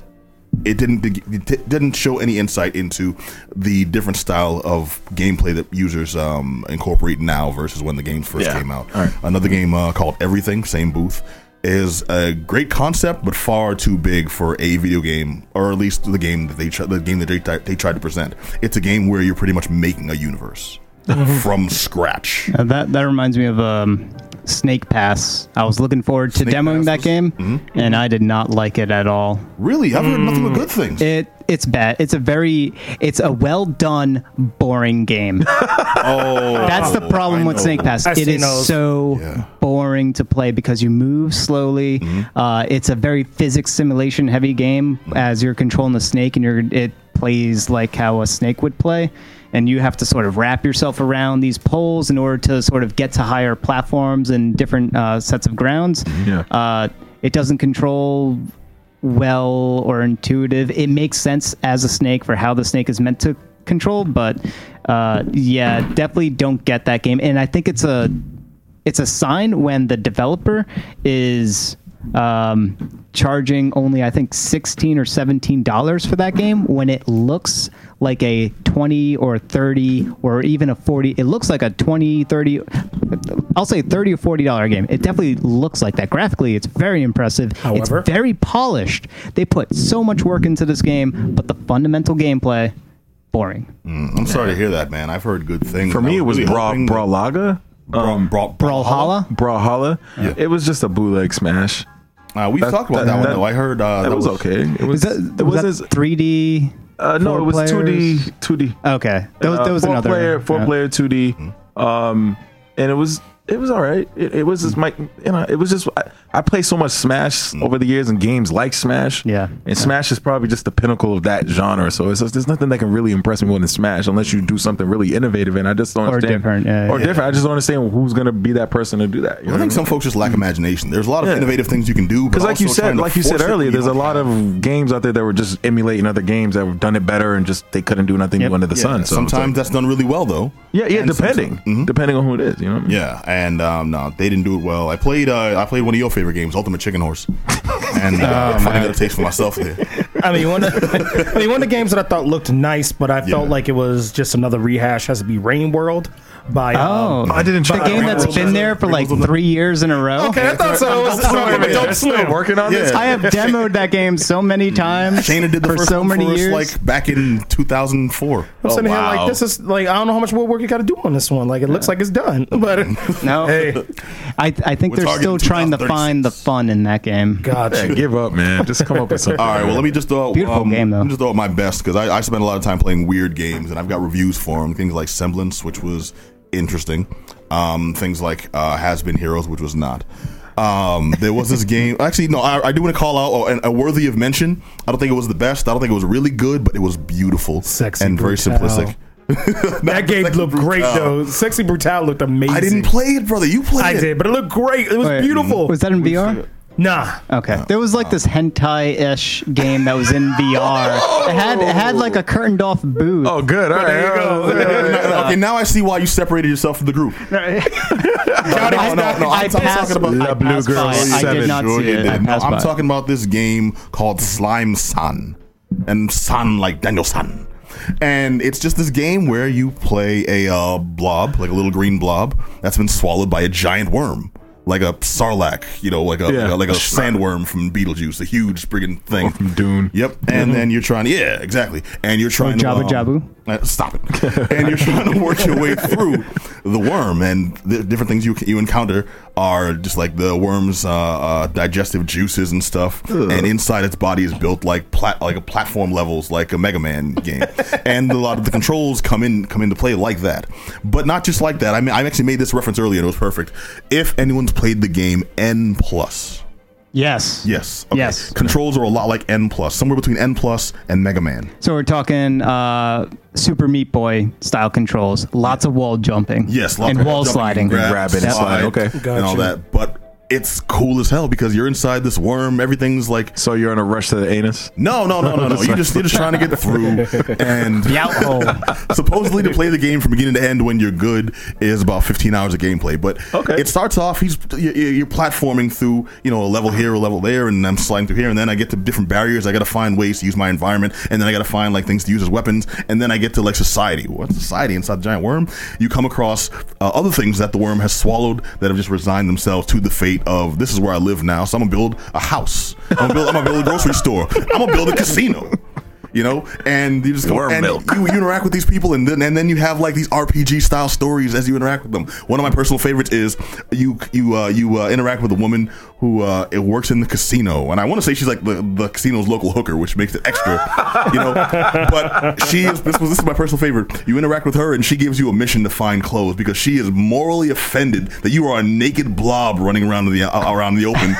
S2: It didn't it di- didn't show any insight into the different style of gameplay that users um, incorporate now versus when the games first
S4: Yeah.
S2: came out.
S4: All right.
S2: Another game uh, called Everything, same booth. is a great concept, but far too big for a video game, or at least the game that they tr- the game that they, t- they tried to present. It's a game where you're pretty much making a
S6: (laughs)
S2: universe from scratch.
S6: Uh, that that reminds me of um, Snake Pass. I was looking forward to
S2: Snake Pass
S6: demoing that
S2: was- Mm-hmm.
S6: game, and I did not like it at all.
S2: Really, I've heard nothing but good things.
S6: It it's bad. It's a very it's a well done
S2: (laughs)
S6: boring game.
S2: oh,
S6: That's the problem
S2: I
S6: with
S2: know.
S6: Snake Pass.
S1: I've
S6: It
S1: seen
S6: is
S1: those.
S6: so
S2: Yeah.
S6: boring to play because you move slowly. Uh, it's a very physics simulation heavy game as you're controlling the snake and you're it plays like how a snake would play. And you have to sort of wrap yourself around these poles in order to sort of get to higher platforms and different uh, sets of grounds.
S4: Yeah.
S6: Uh, it doesn't control well or intuitive. It makes sense as a snake for how the snake is meant to control, but uh, yeah, definitely don't get that game. And I think it's a it's a sign when the developer is um, charging only I think sixteen or seventeen dollars for that game when it looks like a 20 or 30 or even a 40 it looks like a 20 30 i'll say 30 or 40 dollar game it definitely looks like that graphically it's very impressive
S1: However-
S6: it's very polished they put so much work into this game but the fundamental gameplay boring
S2: I'm sorry to hear that, man. I've heard good things.
S4: For
S2: and I
S4: me, it was um,
S2: really
S4: Bra
S2: hoping that-
S4: Brawlaga.
S2: Bra- Bra-
S6: brawlhalla
S4: Brawlhalla.
S2: Yeah.
S4: It was just a bootleg smash.
S2: Uh, we've talked about that,
S4: that-
S2: one
S4: that-
S2: though. I heard uh,
S4: That, was, okay. It was.
S6: is that,
S4: it was,
S6: was
S4: as-
S6: that 3d
S4: uh, no. It
S6: four
S4: was two D.
S6: players?
S4: Two D. Uh,
S6: Okay, that was, that was
S4: four
S6: another
S4: player, four
S6: yeah.
S4: player, two D.
S2: Mm-hmm.
S4: Um, and it was it was all right. It, it was just my you know it was just I, I play so much Smash
S2: Mm.
S4: over the years and games like Smash.
S6: Yeah.
S4: and Smash is probably just the pinnacle of that genre. So it's just, there's nothing that can really impress me more than Smash unless you do something really innovative. And I just don't
S6: Or
S4: understand
S6: different, yeah,
S4: or
S6: yeah.
S4: different. I just don't understand who's gonna be that person to do that.
S2: I
S4: you know what I mean?
S2: think some folks just lack imagination. There's a lot of
S4: Yeah.
S2: innovative things you can do,
S4: Because
S2: because
S4: like you said, like you said earlier, there's a lot of games out there that were just emulating other games that have done it better and just they couldn't do nothing
S6: Yep.
S4: under the sun. So it's like-
S2: sometimes that's done really well though.
S4: yeah, yeah,
S2: And
S4: depending,
S2: sometimes- Mhm.
S4: depending on who it is, you know. What I mean?
S2: Yeah, and um, no, they didn't do it well. I played. Uh, I played one of your favorite games, Ultimate Chicken Horse, and
S4: (laughs) Oh,
S2: uh, I'm finding out a taste for myself there.
S1: I mean, one of, I mean, one of the (laughs) games that I thought looked nice, but I felt
S2: Yeah.
S1: like it was just another rehash has to be Rain World by.
S6: Oh,
S1: um,
S4: I didn't
S6: The
S4: try
S6: game
S4: it.
S6: that's been there for like three years in a row.
S1: okay, I thought so. It was
S2: Sorry,
S1: Adult
S2: man.
S1: Swim.
S4: working on
S2: Yeah.
S4: this.
S6: I have demoed that game so many times
S2: Shana did the
S6: for
S2: first
S6: so
S2: one
S6: many
S2: for us,
S6: years.
S2: like back in 2004.
S1: I'm sitting here
S4: wow.
S1: like this is like I don't know how much more work you got to do on this one. Like it looks like
S2: (laughs)
S1: it's done, but
S6: no,
S1: hey,
S6: I, I think
S2: We're
S6: they're still
S2: targeting
S6: trying to
S2: 2036.
S6: find the fun in that game.
S4: (laughs)
S1: gotcha.
S4: Yeah, give up, man. Just come up with something.
S2: All right, well, let me just throw out, um,
S6: Beautiful game, though.
S2: Let me just throw out my best because I, I spent a lot of time playing weird games, and I've got reviews for them. Things like Semblance, which was interesting. Um, things like uh, Has Been Heroes, which was not. Um, there was this game. (laughs) Actually, no, I, I do want to call out oh, and, uh, worthy of mention. I don't think it was the best. I don't think it was really good, but it was beautiful,
S1: Sexy
S2: and very
S1: brutal.
S2: simplistic.
S1: that game
S2: Sexy
S1: looked great
S2: Brutal.
S1: though. Sexy Brutal looked amazing.
S2: I didn't play it, brother. You played
S1: I
S2: it.
S1: did, but it looked great. It was
S6: Wait,
S1: beautiful.
S6: Was that in VR?
S1: nah,
S6: Okay. There was like this hentai ish game that was in VR. It had it had like a curtained off booth.
S4: Oh, good. All right.
S1: there you go.
S4: all right, all right.
S2: okay, now I see why you separated yourself from the group.
S1: Johnny,
S2: no, no, no,
S6: I
S2: I'm talking
S6: passed-
S2: about
S6: I
S4: La Blue
S6: passed
S4: Girl
S6: by it. I
S4: Seven.
S6: did not
S2: Sure
S6: see
S2: you
S6: it.
S2: did.
S6: I
S2: No,
S6: passed
S2: I'm
S6: by it.
S2: talking about this game called Slime Sun and Sun like Daniel Sun. And it's just this game where you play a uh, blob, like a little green blob that's been swallowed by a giant worm. Like a sarlacc, you know, like a
S4: Yeah.
S2: like a, like a sandworm from Beetlejuice, a huge friggin' thing
S4: from Dune.
S2: Yep, and then you're trying, yeah, exactly. And you're trying
S6: Jabu
S2: to um, uh, stop it. (laughs) and you're trying to work your way through the worm, and the different things you you encounter are just like the worm's uh, uh, digestive juices and stuff. And inside its body is built like plat like a platform levels, like a Mega Man game. and a lot of the controls come in come into play like that, but not just like that. I mean, I actually made this reference earlier. and It was perfect. If anyone's played the game N plus.
S6: Yes.
S2: Yes.
S6: Yes.
S2: Controls are a lot like N plus, somewhere between N plus and Mega Man.
S6: So we're talking uh, Super Meat Boy style controls. Lots of wall jumping.
S2: Yes, lots
S6: and
S2: of
S6: wall
S2: jumping,
S6: sliding.
S2: grab,
S4: Grab it and slide, okay.
S2: and all
S1: Gotcha.
S2: that. But it's cool as hell because you're inside this worm. Everything's like
S4: So you're in a rush to the anus.
S2: no, no, no, no,
S6: (laughs)
S2: no. You're just you're just trying to get through. And
S6: The out
S2: (laughs)
S6: hole.
S2: supposedly to play the game from beginning to end when you're good is about 15 hours of gameplay but
S4: Okay.
S2: it starts off he's you- you- you're platforming through you know a level here a level there and i'm sliding through here and then i get to different barriers i gotta find ways to use my environment and then i gotta find like things to use as weapons and then i get to like society what society inside the giant worm you come across uh, other things that the worm has swallowed that have just resigned themselves to the fate state of this is where I live now, so I'm gonna build a house. I'm gonna build, I'm gonna build a grocery store. I'm gonna build a casino. You know, and you just go
S4: Worm
S2: and
S4: milk.
S2: You, you interact with these people, and then and then you have like these RPG style stories as you interact with them. One of my personal favorites is you you uh, you uh, interact with a woman who uh, it works in the casino, and I want to say she's like the, the casino's local hooker, which makes it extra, you know. But she is this was this is my personal favorite. You interact with her, and she gives you a mission to find clothes because she is morally offended that you are a naked blob running around in the uh, around the open.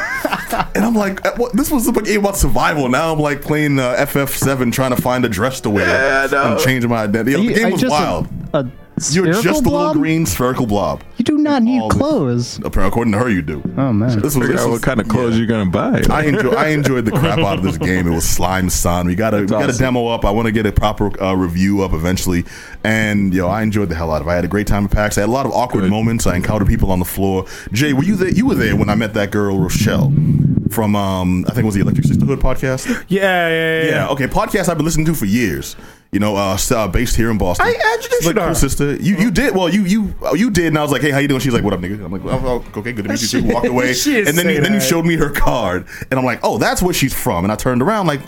S2: And I'm like, uh, what, this was a game about survival. Now I'm like playing uh, FF7 trying to find a dress to wear.
S4: Yeah, I know.
S2: I'm changing my identity.
S6: You-
S2: the game
S6: are you
S2: was
S6: just a-
S2: wild.
S6: a
S2: You're
S6: spherical
S2: just a little
S6: blob?
S2: green spherical blob.
S6: You do not need
S2: All the-
S6: clothes.
S2: Apparently, According to her, you do.
S6: Oh man.
S2: This was,
S4: Figure
S2: this
S4: out
S2: was
S4: what kind of clothes you're gonna buy.
S2: I enjoy. I enjoyed the crap out of
S4: (laughs)
S2: this game. It was slime son. We got to we got to
S4: awesome.
S2: demo up. I want to get a proper uh, review up eventually. And yo, I enjoyed the hell out of. it. I had a great time at PAX. I had a lot of awkward
S4: Good.
S2: moments. I encountered people on the floor. Jay, were you there? You were there when I met that girl Rochelle from um I think it was the Electric Sisterhood podcast.
S1: Yeah, yeah, yeah.
S2: Yeah. Okay. Podcast I've been listening to for years. You know, uh, s- uh based here in Boston.
S1: I introduced
S2: She's like,
S1: her.
S2: cool sister. You you did well. You you uh, you did, and I was like, hey, how you doing? She's like, what up, nigga? I'm like, oh, oh, okay, good to meet you. She walked away,
S1: (laughs) She is
S2: and then you,
S1: saying
S2: then you
S1: that.
S2: showed me her card, and I'm like, oh, that's where she's from. And I turned around like.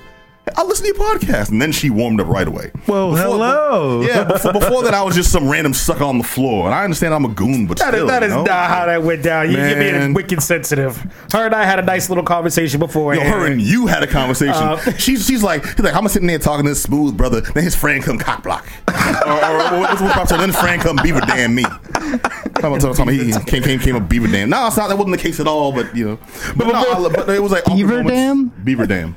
S2: I listen to your podcast, and then she warmed up right away.
S4: Well, hello.
S2: yeah, before, before that, I was just some random sucker on the floor, and I understand I'm a goon, but
S1: That is,
S2: still,
S1: that is
S2: you know?
S1: not how that went down. You, you're being
S2: Man.
S1: wicked sensitive. Her and I had a nice little conversation before.
S2: Yo, her and you had a conversation.
S1: Uh,
S2: (laughs) she's she's like, he's like, I'm sitting there talking to this smooth brother. Then his friend come cock
S1: (laughs)
S2: block. or, or what's what pops up? Then his friend come beaver dam me. Talking about- talking about he came came came up beaver dam. No, it's not. That wasn't the case at all. But you know, but, no, I lo- but it was like awkward
S6: Beaver
S2: moments.
S6: dam?
S2: Beaver dam.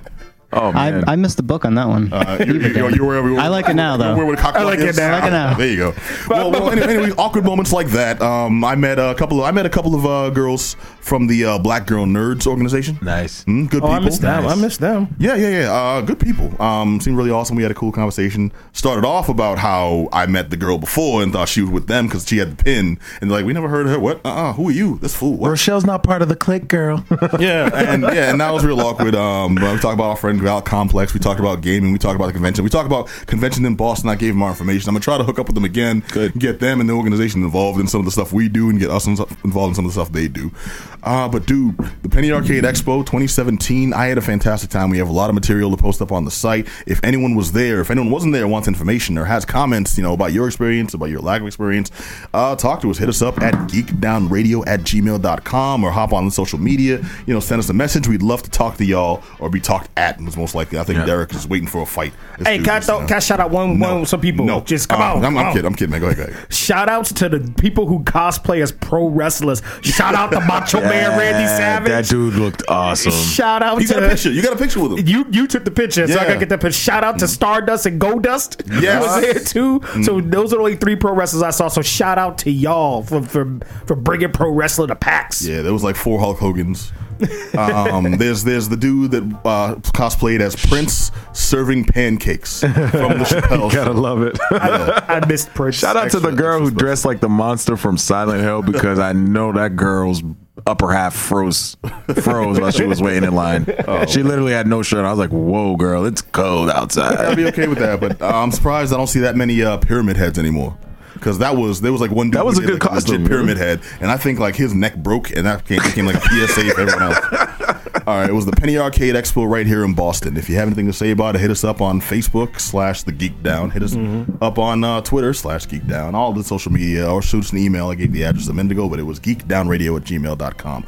S4: Oh man.
S6: I, I missed the book on that one.
S2: Uh,
S6: (laughs)
S2: you
S6: Beaver
S2: you're,
S6: dam.
S2: you're wherever you
S6: I like it now, though.
S2: Where would cock
S1: I
S2: block
S1: like it
S2: is? Ah,
S1: now. I
S6: like it now.
S2: There you go. Well, well anyway, anyway, awkward moments like that. Um, I met a couple. Of, I met a couple of uh, girls from the uh, Black Girl Nerds organization.
S4: nice.
S2: Mm, good
S1: Oh,
S2: people.
S1: I missed them. I missed them.
S2: Yeah, yeah, yeah. Uh, good people. Um, seemed really awesome. We had a cool conversation. Started off about how I met the girl before and thought she was with them because she had the pin. And like, we never heard of her. What? Uh, uh who are you? This fool.
S4: (laughs)
S2: What?
S4: Rochelle's not part of the
S2: (laughs)
S4: clique, girl.
S2: yeah, and yeah, and that was real awkward. Um, but we talked about our friend Val Complex. We talked about gaming. We talked about the convention. We talked about convention in Boston. I gave him our information. I'm gonna try to hook up with them again.
S4: Good.
S2: Get them and the organization involved in some of the stuff we do, and get us in- involved in some of the stuff they do. Uh, but dude, the Penny Arcade Expo 2017. I had a fantastic time. We have a lot of material to post up on the site. If anyone was there, if anyone wasn't there, wants information or has comments, you know, about your experience, about your lack of experience, uh, talk to us. Hit us up at geekdownradio at gmail.com or hop on the social media. You know, send us a message. We'd love to talk to y'all or be talked at. Was most likely. I think
S4: Yeah.
S2: Derek is waiting for a fight. This
S1: Hey,
S2: dude
S1: can I,
S2: is,
S1: throw-
S2: uh,
S1: can I shout out one,
S2: no.
S1: one some people?
S2: No,
S1: Just come
S2: Uh,
S1: on.
S2: I'm,
S1: come
S2: I'm
S1: on.
S2: kidding. I'm kidding, man. Go ahead. Go ahead.
S1: Shout outs to the people who cosplay as pro wrestlers. Shout out to
S2: (laughs)
S1: Macho Man Randy Savage.
S4: That dude looked (laughs) awesome.
S1: Shout out
S2: You
S1: to
S2: got a picture. You got a picture with him.
S1: You you took the picture, so I
S2: Yeah. Mm.
S1: gotta get that picture. Shout out to Stardust and Goldust.
S2: Yes. Mm.
S1: was there too. So those are the only three pro wrestlers I saw. So shout out to y'all for for, for bringing pro wrestler to PAX.
S2: Yeah, there was like four Hulk Hogan's. um, (laughs) there's there's the dude that uh, cosplayed as Prince serving pancakes from the Chappelle.
S4: Gotta love it.
S1: I missed Prince.
S4: Shout out to the
S2: Excellent,
S4: girl who
S2: excellent.
S4: dressed like the monster from Silent Hill because I know that girl's upper half froze froze while she was waiting in line.
S2: Oh,
S4: She literally had no shirt. on. I was like, "Whoa, girl, it's cold
S2: I'd
S4: outside."
S2: be okay with that, but uh, I'm surprised I don't see that many uh, pyramid heads anymore. Because that was there was like one dude
S4: That was
S2: who
S4: a
S2: did,
S4: good
S2: like, legit
S4: costume.
S2: pyramid head, and I think like his neck broke, and that became, became like a PSA for everyone
S4: (laughs)
S2: else. All right, it was the Penny Arcade Expo right here in Boston. If you have anything to say about it, hit us up on Facebook slash The Geek Down. Hit us
S4: Mm-hmm.
S2: up on uh, Twitter slash Geek Down. All the social media, or shoot us an email. I gave the address a minute ago, but it was geekdownradio at gmail.com.